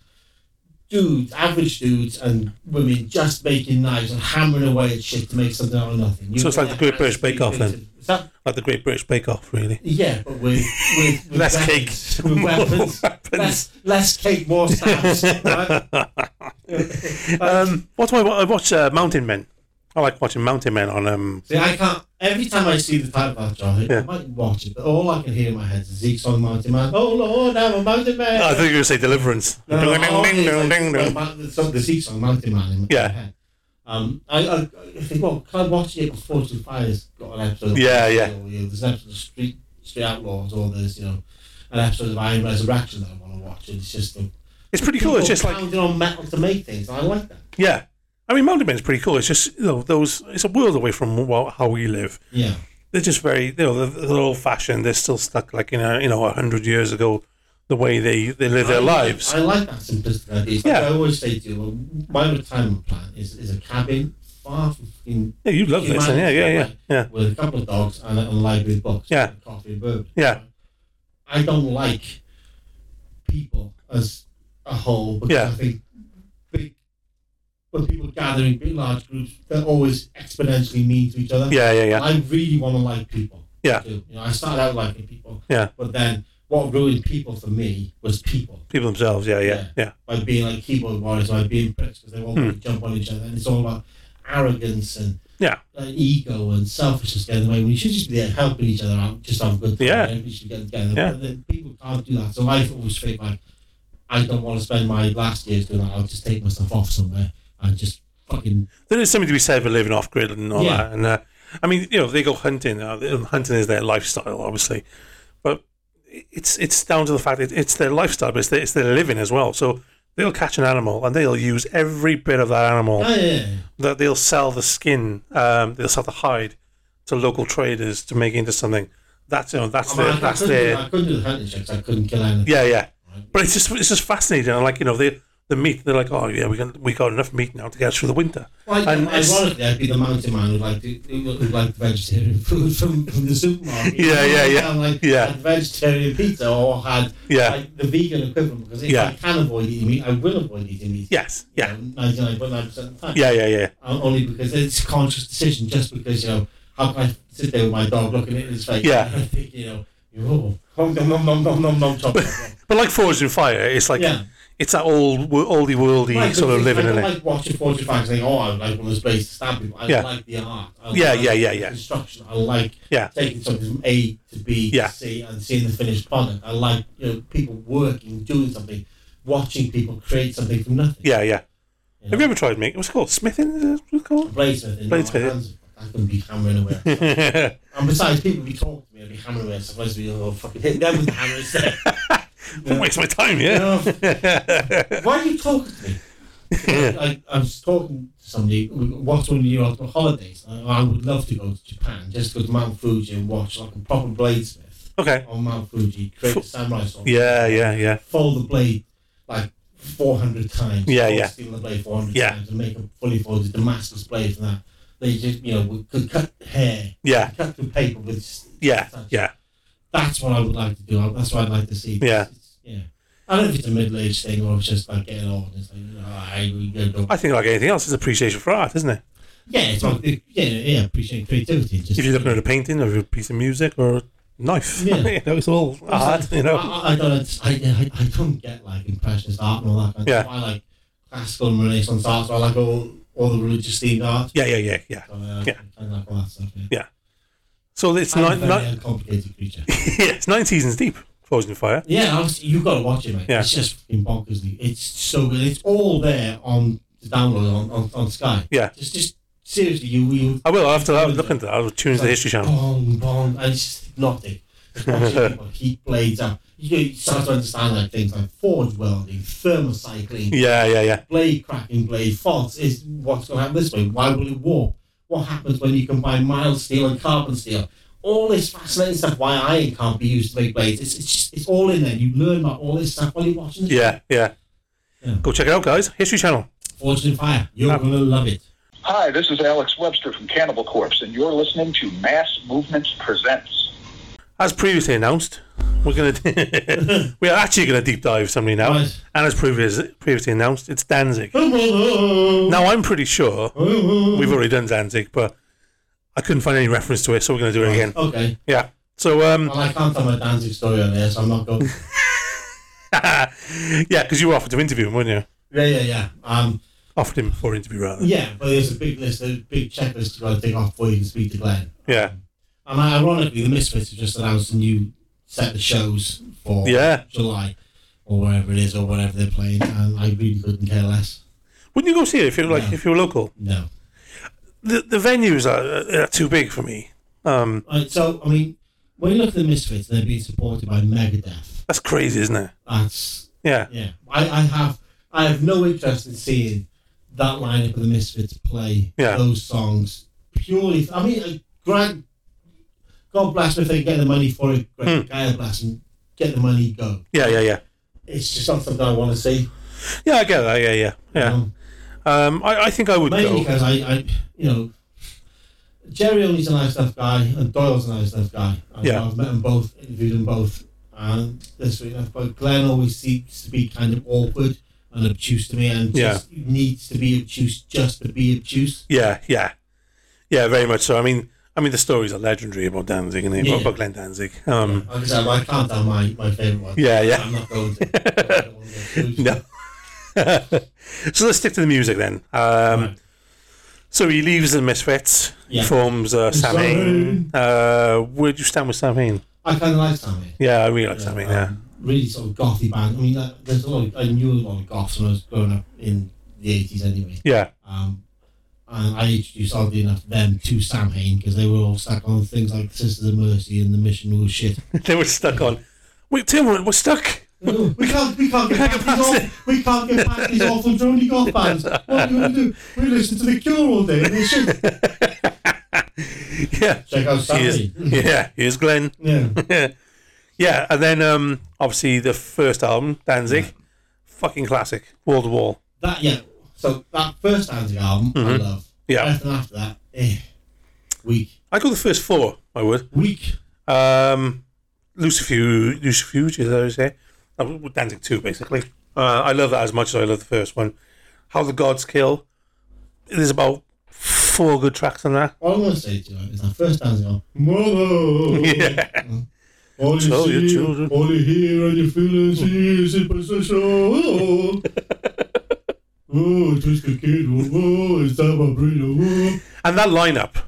D: dudes, average dudes and women just making knives and hammering away at shit to make something out of nothing.
A: So it's like the Great British Bake Off then?
D: Is that-
A: Like the Great British Bake Off, really.
D: yeah, but with, with, with
A: Less
D: weapons,
A: cake,
D: with
A: (laughs) more
D: weapons,
A: weapons.
D: Less, less cake, more stabs. right?
A: (laughs) Um, what do I, wa- I watch? Uh, Mountain Men. I like watching Mountain Men on. Um,
D: See, I can't. Every time I see the title of that John,
A: Yeah.
D: I might watch it, but all I can hear in my head is Zeke's on Mountain Man. Oh Lord, I'm a Mountain Man.
A: I thought you were going to say Deliverance.
D: No, no,
A: Ding,
D: no,
A: Ah. ding,
D: it's
A: ding,
D: like-
A: ding, ding.
D: well, The song- the Zeke song, Mountain Man. In my
A: Yeah.
D: head. Um, I, I, I think, well, can I watch it before Two Fires got an episode? of-
A: Yeah, yeah.
D: Or, you know, there's an episode of Street, Street Outlaws, or there's, you know, an episode of Iron Resurrection that I want to watch. And it's just the
A: It's pretty cool. It's
D: people
A: just like
D: pounding on metal to make things. and I like that.
A: yeah. I mean, Mountain Men's pretty cool. It's just you know those. It's a world away from wha- how we live.
D: Yeah.
A: They're just very you know they're, they're old fashioned. They're still stuck like in a you know a hundred years ago the way they, they live their
D: I-
A: lives.
D: I like that simplistic idea. It's Like I always say to you, my retirement plan is, is a cabin far from fucking
A: Yeah, you love this. Yeah,
D: humanity,
A: yeah, yeah,
D: right?
A: yeah.
D: With a couple of dogs and a, and a library of books.
A: Yeah.
D: and coffee and bourbon.
A: Yeah.
D: I don't like people as a whole because
A: Yeah.
D: I think big, when people gather in big large groups, they're always exponentially mean to each other.
A: Yeah, yeah, yeah.
D: I really want to like people.
A: Yeah.
D: too. You know, I started out liking people.
A: Yeah.
D: But then what ruined people for me was people
A: People themselves. Yeah, yeah, yeah.
D: by being like keyboard warriors, by being pricks because they all
A: Hmm.
D: want to jump on each other, and it's all about arrogance and
A: Yeah.
D: uh, ego and selfishness getting away. We should just be there helping each other out, just have a good time.
A: Yeah.
D: Everybody should get together.
A: Yeah.
D: But then people can't do that, so I always feel like I don't want to spend my last years doing that. I'll just take myself off somewhere and just fucking
A: There is something to be said for living off grid and all
D: Yeah.
A: that. And uh, I mean, you know, they go hunting. Uh, they- hunting is their lifestyle, obviously, but it's it's down to the fact that it's their lifestyle, but it's their, it's their living as well. So they'll catch an animal and they'll use every bit of that animal.
D: Oh, yeah.
A: That they'll sell the skin, um, they'll sell the hide to local traders to make into something. That's you know, that's
D: I mean,
A: their
D: I,
A: Oh, that's
D: couldn't, do-
A: their
D: I couldn't do the hunting checks. I couldn't kill anything.
A: Yeah, yeah. But it's just it's just fascinating. And like you know, the the meat. They're like, oh yeah, we can we got enough meat now to get us through the winter.
D: Well,
A: and it's-
D: ironically, I'd be the mountain man who'd like to who'd like vegetarian food from, from the supermarket.
A: Yeah, yeah, yeah.
D: And, like,
A: Yeah.
D: Had vegetarian pizza or had
A: Yeah.
D: like, the vegan equivalent because if
A: Yeah.
D: I can avoid eating meat, I will avoid eating meat.
A: Yes, yeah,
D: ninety nine point nine percent of the time.
A: yeah, yeah, yeah.
D: Uh, Only because it's a conscious decision. Just because you know how can I sit there with my dog looking at his face?
A: Yeah.
D: And I think you know. Oh, nom nom nom nom nom nom. chop, chop, chop.
A: But like Forged in Fire, it's like
D: Yeah.
A: it's that old wo- oldie worldy
D: Right,
A: sort
D: but
A: of living
D: I
A: in
D: don't
A: it.
D: like watching Forge of Facts and think, oh, I like one of those places to stab people. I
A: Yeah.
D: like the art. I
A: Yeah,
D: like
A: yeah, yeah,
D: the
A: yeah.
D: Construction. I like
A: Yeah.
D: taking something from A to B
A: Yeah.
D: to C and seeing the finished product. I like you know people working, doing something, watching people create something from nothing.
A: yeah, yeah. Have you ever tried making? What's it called smithing? Is it what it's called?
D: Bladesmithing.
A: Bladesmithing.
D: my hands- I can be hammering away.
A: (laughs)
D: and besides, people be talking to me. I'd be hammering away. I'm supposed to be oh, fucking hitting them with the hammer instead.
A: Don't (laughs) waste my time. Yeah.
D: Why are you talking to me? I, I, I was talking to somebody. What's one of your ultimate holidays? I, I would love to go to Japan, just go to Mount Fuji and watch like a proper bladesmith
A: Okay.
D: on Mount Fuji, create a samurai sword,
A: Yeah, yeah, yeah.
D: fold the blade like 400 times,
A: Yeah,
D: fold
A: yeah.
D: steal the blade 400
A: Yeah.
D: times, and make a fully folded Damascus blade from that. They just, you know, we could cut hair,
A: Yeah.
D: cut through paper with. s-
A: Yeah,
D: such-
A: yeah,
D: That's what I would like to do. I- That's what I'd like to see.
A: yeah.
D: Yeah. I don't know if it's a middle aged thing or it's just like getting old. It's like, you know, I, we don't.
A: I think like anything else, it's appreciation for art, isn't it?
D: yeah, it's like, the- yeah, yeah, appreciate creativity. Just,
A: If you're looking at a painting or a piece of music or a knife,
D: Yeah.
A: (laughs)
D: Uh,
A: you know, it's all art. You know.
D: I, I- I don't, underst- I, I, I don't get like impressionist art and all that kind
A: Yeah.
D: of stuff. I like classical and Renaissance art, so I like all, all the religious themed art.
A: Yeah, yeah, yeah, yeah.
D: So, uh,
A: Yeah.
D: I like all that stuff. Yeah.
A: So it's
D: I'm
A: nine,
D: a very uh,
A: nine,
D: complicated creature. (laughs)
A: (laughs) yeah, it's nine seasons deep. Forged in Fire.
D: Yeah, obviously, you've got to watch it, mate.
A: Yeah.
D: It's just fucking bonkers. dude. It's so good. It's all there on the download on, on, on Sky.
A: Yeah.
D: Just, just seriously, you, you
A: I will. I'll have to I'll look into that. I'll tune into the History Channel.
D: Bong, bong, and it's just hypnotic. It's
A: (laughs)
D: watching people heat blades up. um, You, you start to understand like things like forge welding, thermocycling,
A: Yeah, yeah, yeah.
D: blade cracking, blade faults. Is what's going to happen this way? Why will it warp? What happens when you combine mild steel and carbon steel? All this fascinating stuff. Why iron can't be used to make blades? It's it's, just, it's all in there. You learn about all this stuff while you're watching. This
A: Yeah, yeah.
D: Yeah.
A: Go check it out, guys. History Channel.
D: Forged in fire. You're gonna love it.
L: Hi, this is Alex Webster from Cannibal Corpse, and you're listening to Mass Movements Presents.
A: As previously announced, we're gonna (laughs) we are actually gonna deep dive somebody now.
D: Right.
A: And as previous, previously announced, it's Danzig.
D: (laughs) Now
A: Now I'm pretty sure
D: Oh.
A: we've already done Danzig, but I couldn't find any reference to it, so we're gonna do it again.
D: Okay.
A: Yeah. So um, (laughs)
D: Well, I can't tell my dancing story on there, so I'm not going.
A: yeah, because you were offered to interview him, weren't you?
D: yeah, yeah, yeah. Um,
A: Offered him for interview rather.
D: Yeah, but there's a big list, a big checklist to go and take off before you can speak to Glenn.
A: Yeah.
D: And ironically, the Misfits have just announced a new set of shows for
A: Yeah.
D: July or wherever it is or whatever they're playing, and I really couldn't care less.
A: Wouldn't you go see it if you were like if you were local?
D: No.
A: The the venues are, are too big for me. Um,
D: Right, Uh, so, I mean, when you look at the Misfits, they're being supported by Megadeth.
A: that's crazy, isn't it?
D: That's
A: Yeah.
D: yeah. I, I have I have no interest in seeing that lineup of the Misfits play
A: Yeah.
D: those songs purely.
A: Hmm.
D: I mean, uh, Grant, God bless them if they get the money for it. Great, God bless them. get the money, go.
A: Yeah, yeah, yeah.
D: It's just not something I want to see.
A: Yeah, I get that. Yeah, yeah, yeah. Um, I, I think I would
D: Mainly
A: go.
D: because I, I, you know, Jerry Only's a nice enough guy and Doyle's a nice enough guy. I,
A: Yeah.
D: I've met them both, interviewed them both, and that's sweet enough. But Glenn always seems to be kind of awkward and obtuse to me, and just needs to be obtuse just to be obtuse.
A: Yeah, yeah, yeah. Very much so. I mean, I mean, the stories are legendary about Danzig and
D: Yeah.
A: about Glenn Danzig. Um, (laughs)
D: Like I said, I can't have my, my favourite one.
A: Yeah, yeah.
D: I'm
A: (laughs)
D: not going to.
A: no. so let's stick to the music then. Um, So he leaves the Misfits,
D: Yeah.
A: forms uh, Sam Hain. Uh, where do you stand with Sam Hain?
D: I kind of like Sammy. Uh,
A: Yeah, I really like Sam Hain. Yeah,
D: really sort of gothy band. I mean, uh, there's a lot. Of, I knew a lot of goths when I was growing up in the eighties, anyway.
A: Yeah. (laughs)
D: Um, and I introduced oddly enough them to Sam Hain because they were all stuck on things like Sisters of Mercy and the Mission Rule shit. (laughs)
A: they were stuck on. Wait, Tim, we're, we're stuck.
D: we can't, we
A: (laughs)
D: can't get past these awful, we can't get past these awful drony goth bands. What are we going to do? We listen to the Cure all day. And they should.
A: (laughs) Yeah.
D: Check out Sam
A: He is-
D: Hain.
A: Yeah, here's Glenn.
D: Yeah.
A: yeah, and then um, obviously the first album, Danzig,
D: Mm-hmm.
A: fucking classic, wall to wall.
D: That yeah. So that first Andy album, I
A: Mhm.
D: love.
A: Yeah.
D: Everything after that, eh, weak.
A: I go the first four. I would.
D: Weak.
A: Um, Lucifuge, Lucifuge, as I would say. That was- was Danzig two, basically. Uh, I love that as much as I love the first one. How the Gods Kill. There's about four good tracks on that.
D: All I'm gonna say to you is that first Andy album. Mother.
A: (laughs) Yeah.
D: All you
A: Tell your
D: see,
A: children.
D: all you hear and your feelings
A: (laughs)
D: is superstition. oh, just a kid. Oh, it's time I breathe. Oh.
A: And that lineup,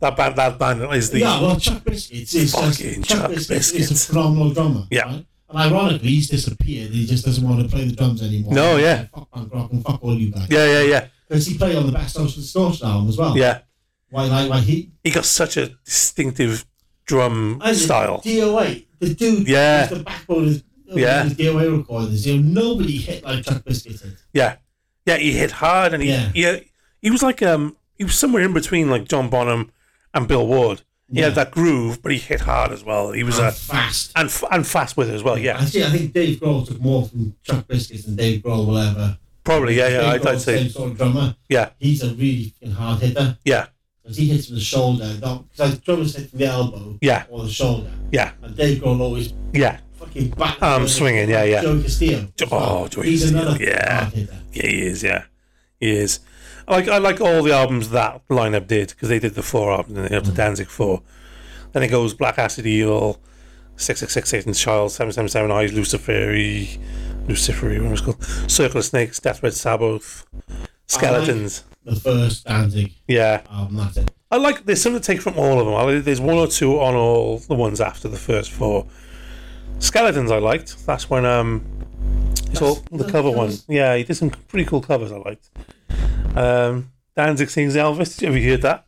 A: that band, that band is the
D: yeah, well, Chuck Biscuits is just,
A: Fucking
D: Chuck,
A: Chuck
D: Biscuits, is
A: Biscuits.
D: a phenomenal drummer.
A: Yeah.
D: And ironically, he's disappeared. He just doesn't want to play the drums anymore.
A: No, yeah.
D: Fuck punk rock and fuck all you guys.
A: Yeah, yeah, yeah.
D: Because he played on the Back Social Distortion album as well.
A: Yeah.
D: Why, like, why he
A: He got such a distinctive drum
D: I-
A: style.
D: DOA, the dude.
A: Yeah.
D: who's The backbone is.
A: Yeah.
D: The DOA recordings. You know, nobody hit like Chuck Biscuits did.
A: Yeah, yeah, he hit hard, and he
D: Yeah.
A: yeah, he was like um he was somewhere in between like John Bonham and Bill Ward. He had that groove, but he hit hard as well. He was
D: And
A: a
D: fast
A: and f- and fast with it as well. Yeah,
D: Actually, I think Dave Grohl took more from Chuck Biscuits than Dave Grohl will ever.
A: probably. Yeah, yeah,
D: Dave
A: I'd,
D: Grohl's
A: I'd
D: the
A: say
D: Same sort of drummer.
A: yeah,
D: He's a really fucking hard hitter.
A: yeah,
D: Because he hits with the shoulder. Because drummers hit from the elbow
A: Yeah.
D: or the shoulder.
A: yeah,
D: And Dave Grohl always
A: yeah.
D: fucking back.
A: Um, swinging. Yeah, yeah.
D: Joey Castillo.
A: Jo- Oh, Joey
D: He's
A: Castillo,
D: another
A: yeah.
D: hard hitter.
A: yeah, he is. Yeah, he is. I like I like all the albums that lineup did because they did the four albums and they have the Danzig four. Then it goes Black Acid Evil, Six Six Six Satan's Child, Seven Seven Seven Eyes, Luciferi, Luciferi, what was it called? Circle of Snakes, Death Red Sabbath, Skeletons.
D: The first Danzig
A: yeah,
D: album. That's it.
A: I like. There's something to take from all of them. I like- there's one or two on all the ones after the first four. Skeletons, I liked. That's when um, it's all the cover one. Yeah, he did some pretty cool covers. I liked. Um, Danzig sings Elvis. Have you heard that?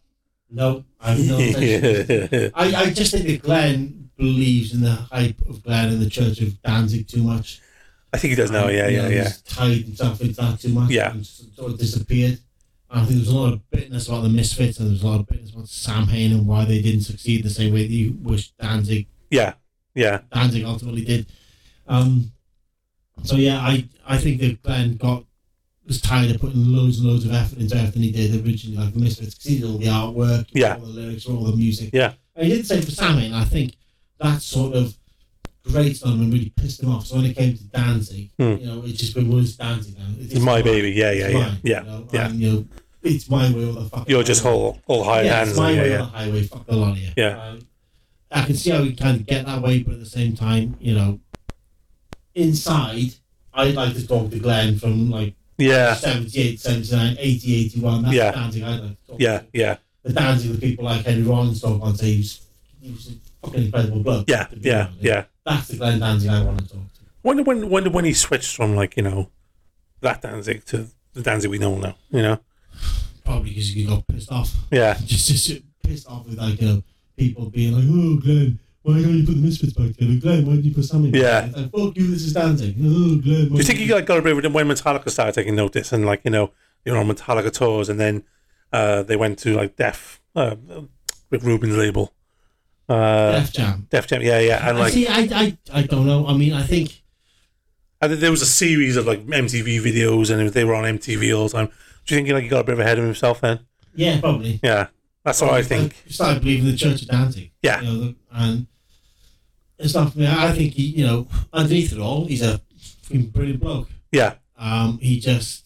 D: No, I've
A: (laughs)
D: no
A: Yeah.
D: I, I just think that Glenn believes in the hype of Glenn and the Church of Danzig too much.
A: I think he does now. Yeah,
D: You
A: yeah,
D: know,
A: yeah.
D: He's tied himself into that too much.
A: Yeah.
D: And s- sort of disappeared. And I think there was a lot of bitterness about the Misfits and there was a lot of bitterness about Sam Hain and why they didn't succeed the same way that you wish Danzig
A: Yeah, yeah,
D: Danzig ultimately did. Um, so yeah, I, I think that Glenn got was tired of putting loads and loads of effort into everything he did originally, like the Misfits, 'cause he did all the artwork, he did
A: Yeah.
D: all the lyrics, all the music.
A: Yeah.
D: And he did the same for Sammy, and I think that sort of grated on him and really pissed him off. So when it came to Danzig,
A: Hmm.
D: you know, it's just been well, it's Danzig now.
A: It's my baby. Yeah, yeah,
D: It's
A: yeah,
D: mine,
A: yeah,
D: you know,
A: yeah.
D: And, you know, it's my way or the fucking
A: You're just all all high
D: yeah,
A: hands.
D: It's my
A: yeah,
D: way or
A: yeah,
D: the highway. Fuck the lot of you.
A: Yeah.
D: Um, I can see how he kind of get that way, but at the same time, you know, inside, I'd like to talk to Glenn from like
A: Yeah.
D: 78, 79, 80, 81. That's
A: Yeah.
D: the dancing I'd like to talk
A: yeah,
D: to.
A: yeah,
D: The dancing with people like Henry Rollins talk on, say he's, he was a fucking incredible bloke.
A: yeah,
D: to be
A: yeah,
D: honest.
A: yeah.
D: That's the Glenn dancing I want to talk to.
A: Wonder when wonder when he switched from like you know that Danzig to the Danzig we know now. You know.
D: Probably because he got pissed off. (laughs)
A: Yeah.
D: Just, just pissed off with like, you know, people being like, oh, Glenn. Why can't you put the Misfits back together? Glenn, why didn't you put Sammy back
A: Yeah.
D: together?" It's Like, Fuck you, this is dancing. (laughs) Oh, Glenn, why
A: Do you think
D: didn't
A: you like, got a bit of it when Metallica started taking notice and like you know you know Metallica tours and then uh, they went to like Def uh, Rick Rubin's label Uh,
D: Def Jam.
A: Def Jam, yeah, yeah. And like,
D: See, I, I, I don't know. I mean, I think
A: I think there was a series of like MTV videos, and they were on MTV all the time. Do you think like he got a bit of a head of himself then?
D: yeah, probably.
A: Yeah, that's what Oh, I think.
D: You started believing the Church of Danzig.
A: Yeah.
D: You know, the- and it's not for me. I think he, you know, underneath it all, he's a fucking brilliant bloke.
A: Yeah,
D: Um, he just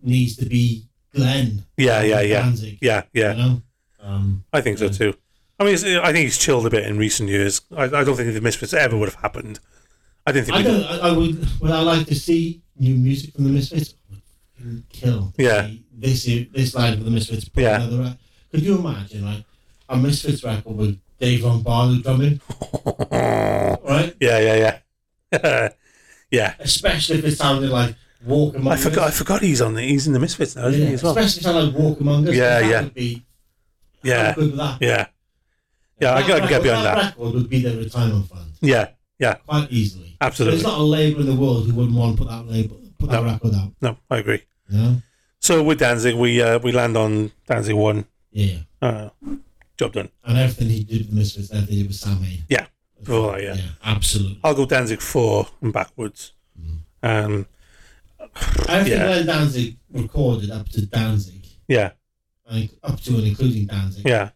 D: needs to be Glenn.
A: yeah, yeah, yeah,
D: Danzig,
A: yeah, yeah.
D: You know? Um,
A: I think so too. I mean, it's, uh, I think he's chilled a bit in recent years. I, I don't think the Misfits ever would have happened. I didn't think.
D: I
A: we-
D: don't. I, I would. Would I like to see new music from the Misfits? I would Kill. to
A: Yeah.
D: see This i- this line of the Misfits. put
A: Yeah.
D: Another, rec- could you imagine like a Misfits record with Dave Von Barlow drumming, right?
A: "Oh." Yeah, yeah, yeah, (laughs) yeah.
D: Especially if it sounded like Walk Among
A: I forgot. I
D: Us.
A: forgot he's on the. He's in the Misfits now, isn't
D: Yeah,
A: he as well?
D: Especially if it sounded like Walk Among Us.
A: Yeah,
D: that
A: yeah.
D: Would be,
A: Yeah,
D: I'm good with that.
A: yeah, yeah. I
D: that
A: can I can get
D: record-
A: behind that.
D: record would be their retirement fund
A: Yeah, yeah,
D: quite easily.
A: absolutely.
D: There's not a label in the world who wouldn't want to put that label, put that record out.
A: No, I agree.
D: Yeah.
A: So with Danzig, we uh, we land on Danzig one.
D: Yeah.
A: Uh, job done.
D: And everything he did with the Misfits, everything he did with Sammy.
A: Yeah. Before that, yeah.
D: Absolutely.
A: I'll go Danzig four and backwards.
D: Mm.
A: Um,
D: Everything
A: Yeah.
D: Glenn Danzig recorded up to Danzig,
A: yeah,
D: and up to and including Danzig.
A: yeah.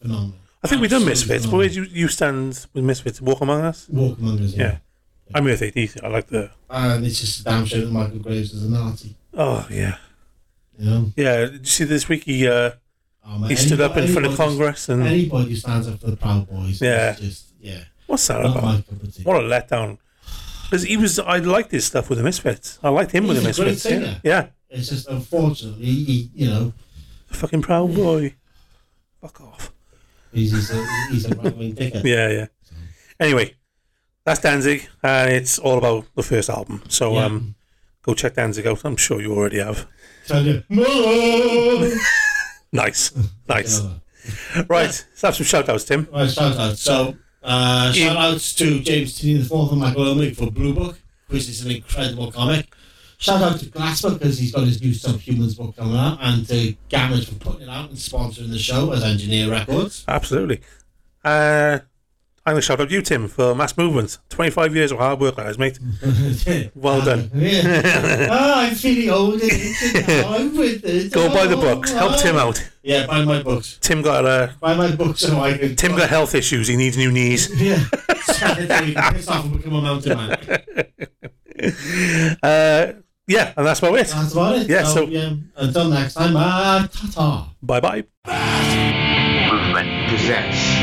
D: Phenomenal.
A: I think we've done
D: Absolutely
A: Misfits. Where
D: phenomenal.
A: do you, you stand with Misfits? Walk Among Us?
D: Walk Among Us, yeah.
A: Yeah. I'm Earth 80s. I like the.
D: And it's just a damn shame that Michael Graves is a Nazi.
A: Oh, yeah.
D: You know?
A: Yeah. Did you see this week he, uh,
D: Oh, man,
A: he stood up in
D: anybody-
A: front of
D: anybody-
A: Congress and.
D: Anybody who stands up for the Proud Boys.
A: Yeah.
D: Is just, yeah.
A: What's that
D: Not Oh, my
A: about?
D: cup of tea.
A: What a letdown. Because he was. I liked his stuff with the Misfits. I liked him with the
D: He's a great
A: Misfits. Yeah.
D: singer.
A: yeah.
D: It's just unfortunately, he, you know,
A: Fucking proud boy. Fuck off.
D: he's, he's a, he's a right wing dickhead.
A: Yeah, yeah. Anyway, that's Danzig, and it's all about the first album. So
D: Yeah.
A: um, go check Danzig out. I'm sure you already have.
D: So I do, "Mom!" (laughs)
A: Nice, nice.
D: Whatever.
A: Right, let's have some shout outs, Tim.
D: Right, shout out. So, uh, shout outs to James Tinney the Fourth and Michael Omic for Blue Book, which is an incredible comic. Shout out to Glasper because he's got his new Subhumans book coming out, and to Gamage for putting it out and sponsoring the show as Engineer Records.
A: Absolutely. Uh, I'm going to shout out you, Tim, for Mass Movement. 25 years of hard work, guys, mate. (laughs) Well done. (laughs)
D: Yeah. Ah, I'm feeling old. and itchy now. I'm with it.
A: Go buy the books.
D: Oh,
A: Help Tim
D: wow.
A: out.
D: Yeah, buy my books.
A: Tim got uh,
D: Buy my books so I can. (laughs)
A: Tim got health issues. He needs new knees.
D: Yeah. (laughs) Saturday, piss off and become a mountain man.
A: Uh, yeah, and that's about it.
D: That's about it.
A: Yeah, so-
D: yeah, until next time, uh, ta ta.
A: Bye bye.
K: Movement presents.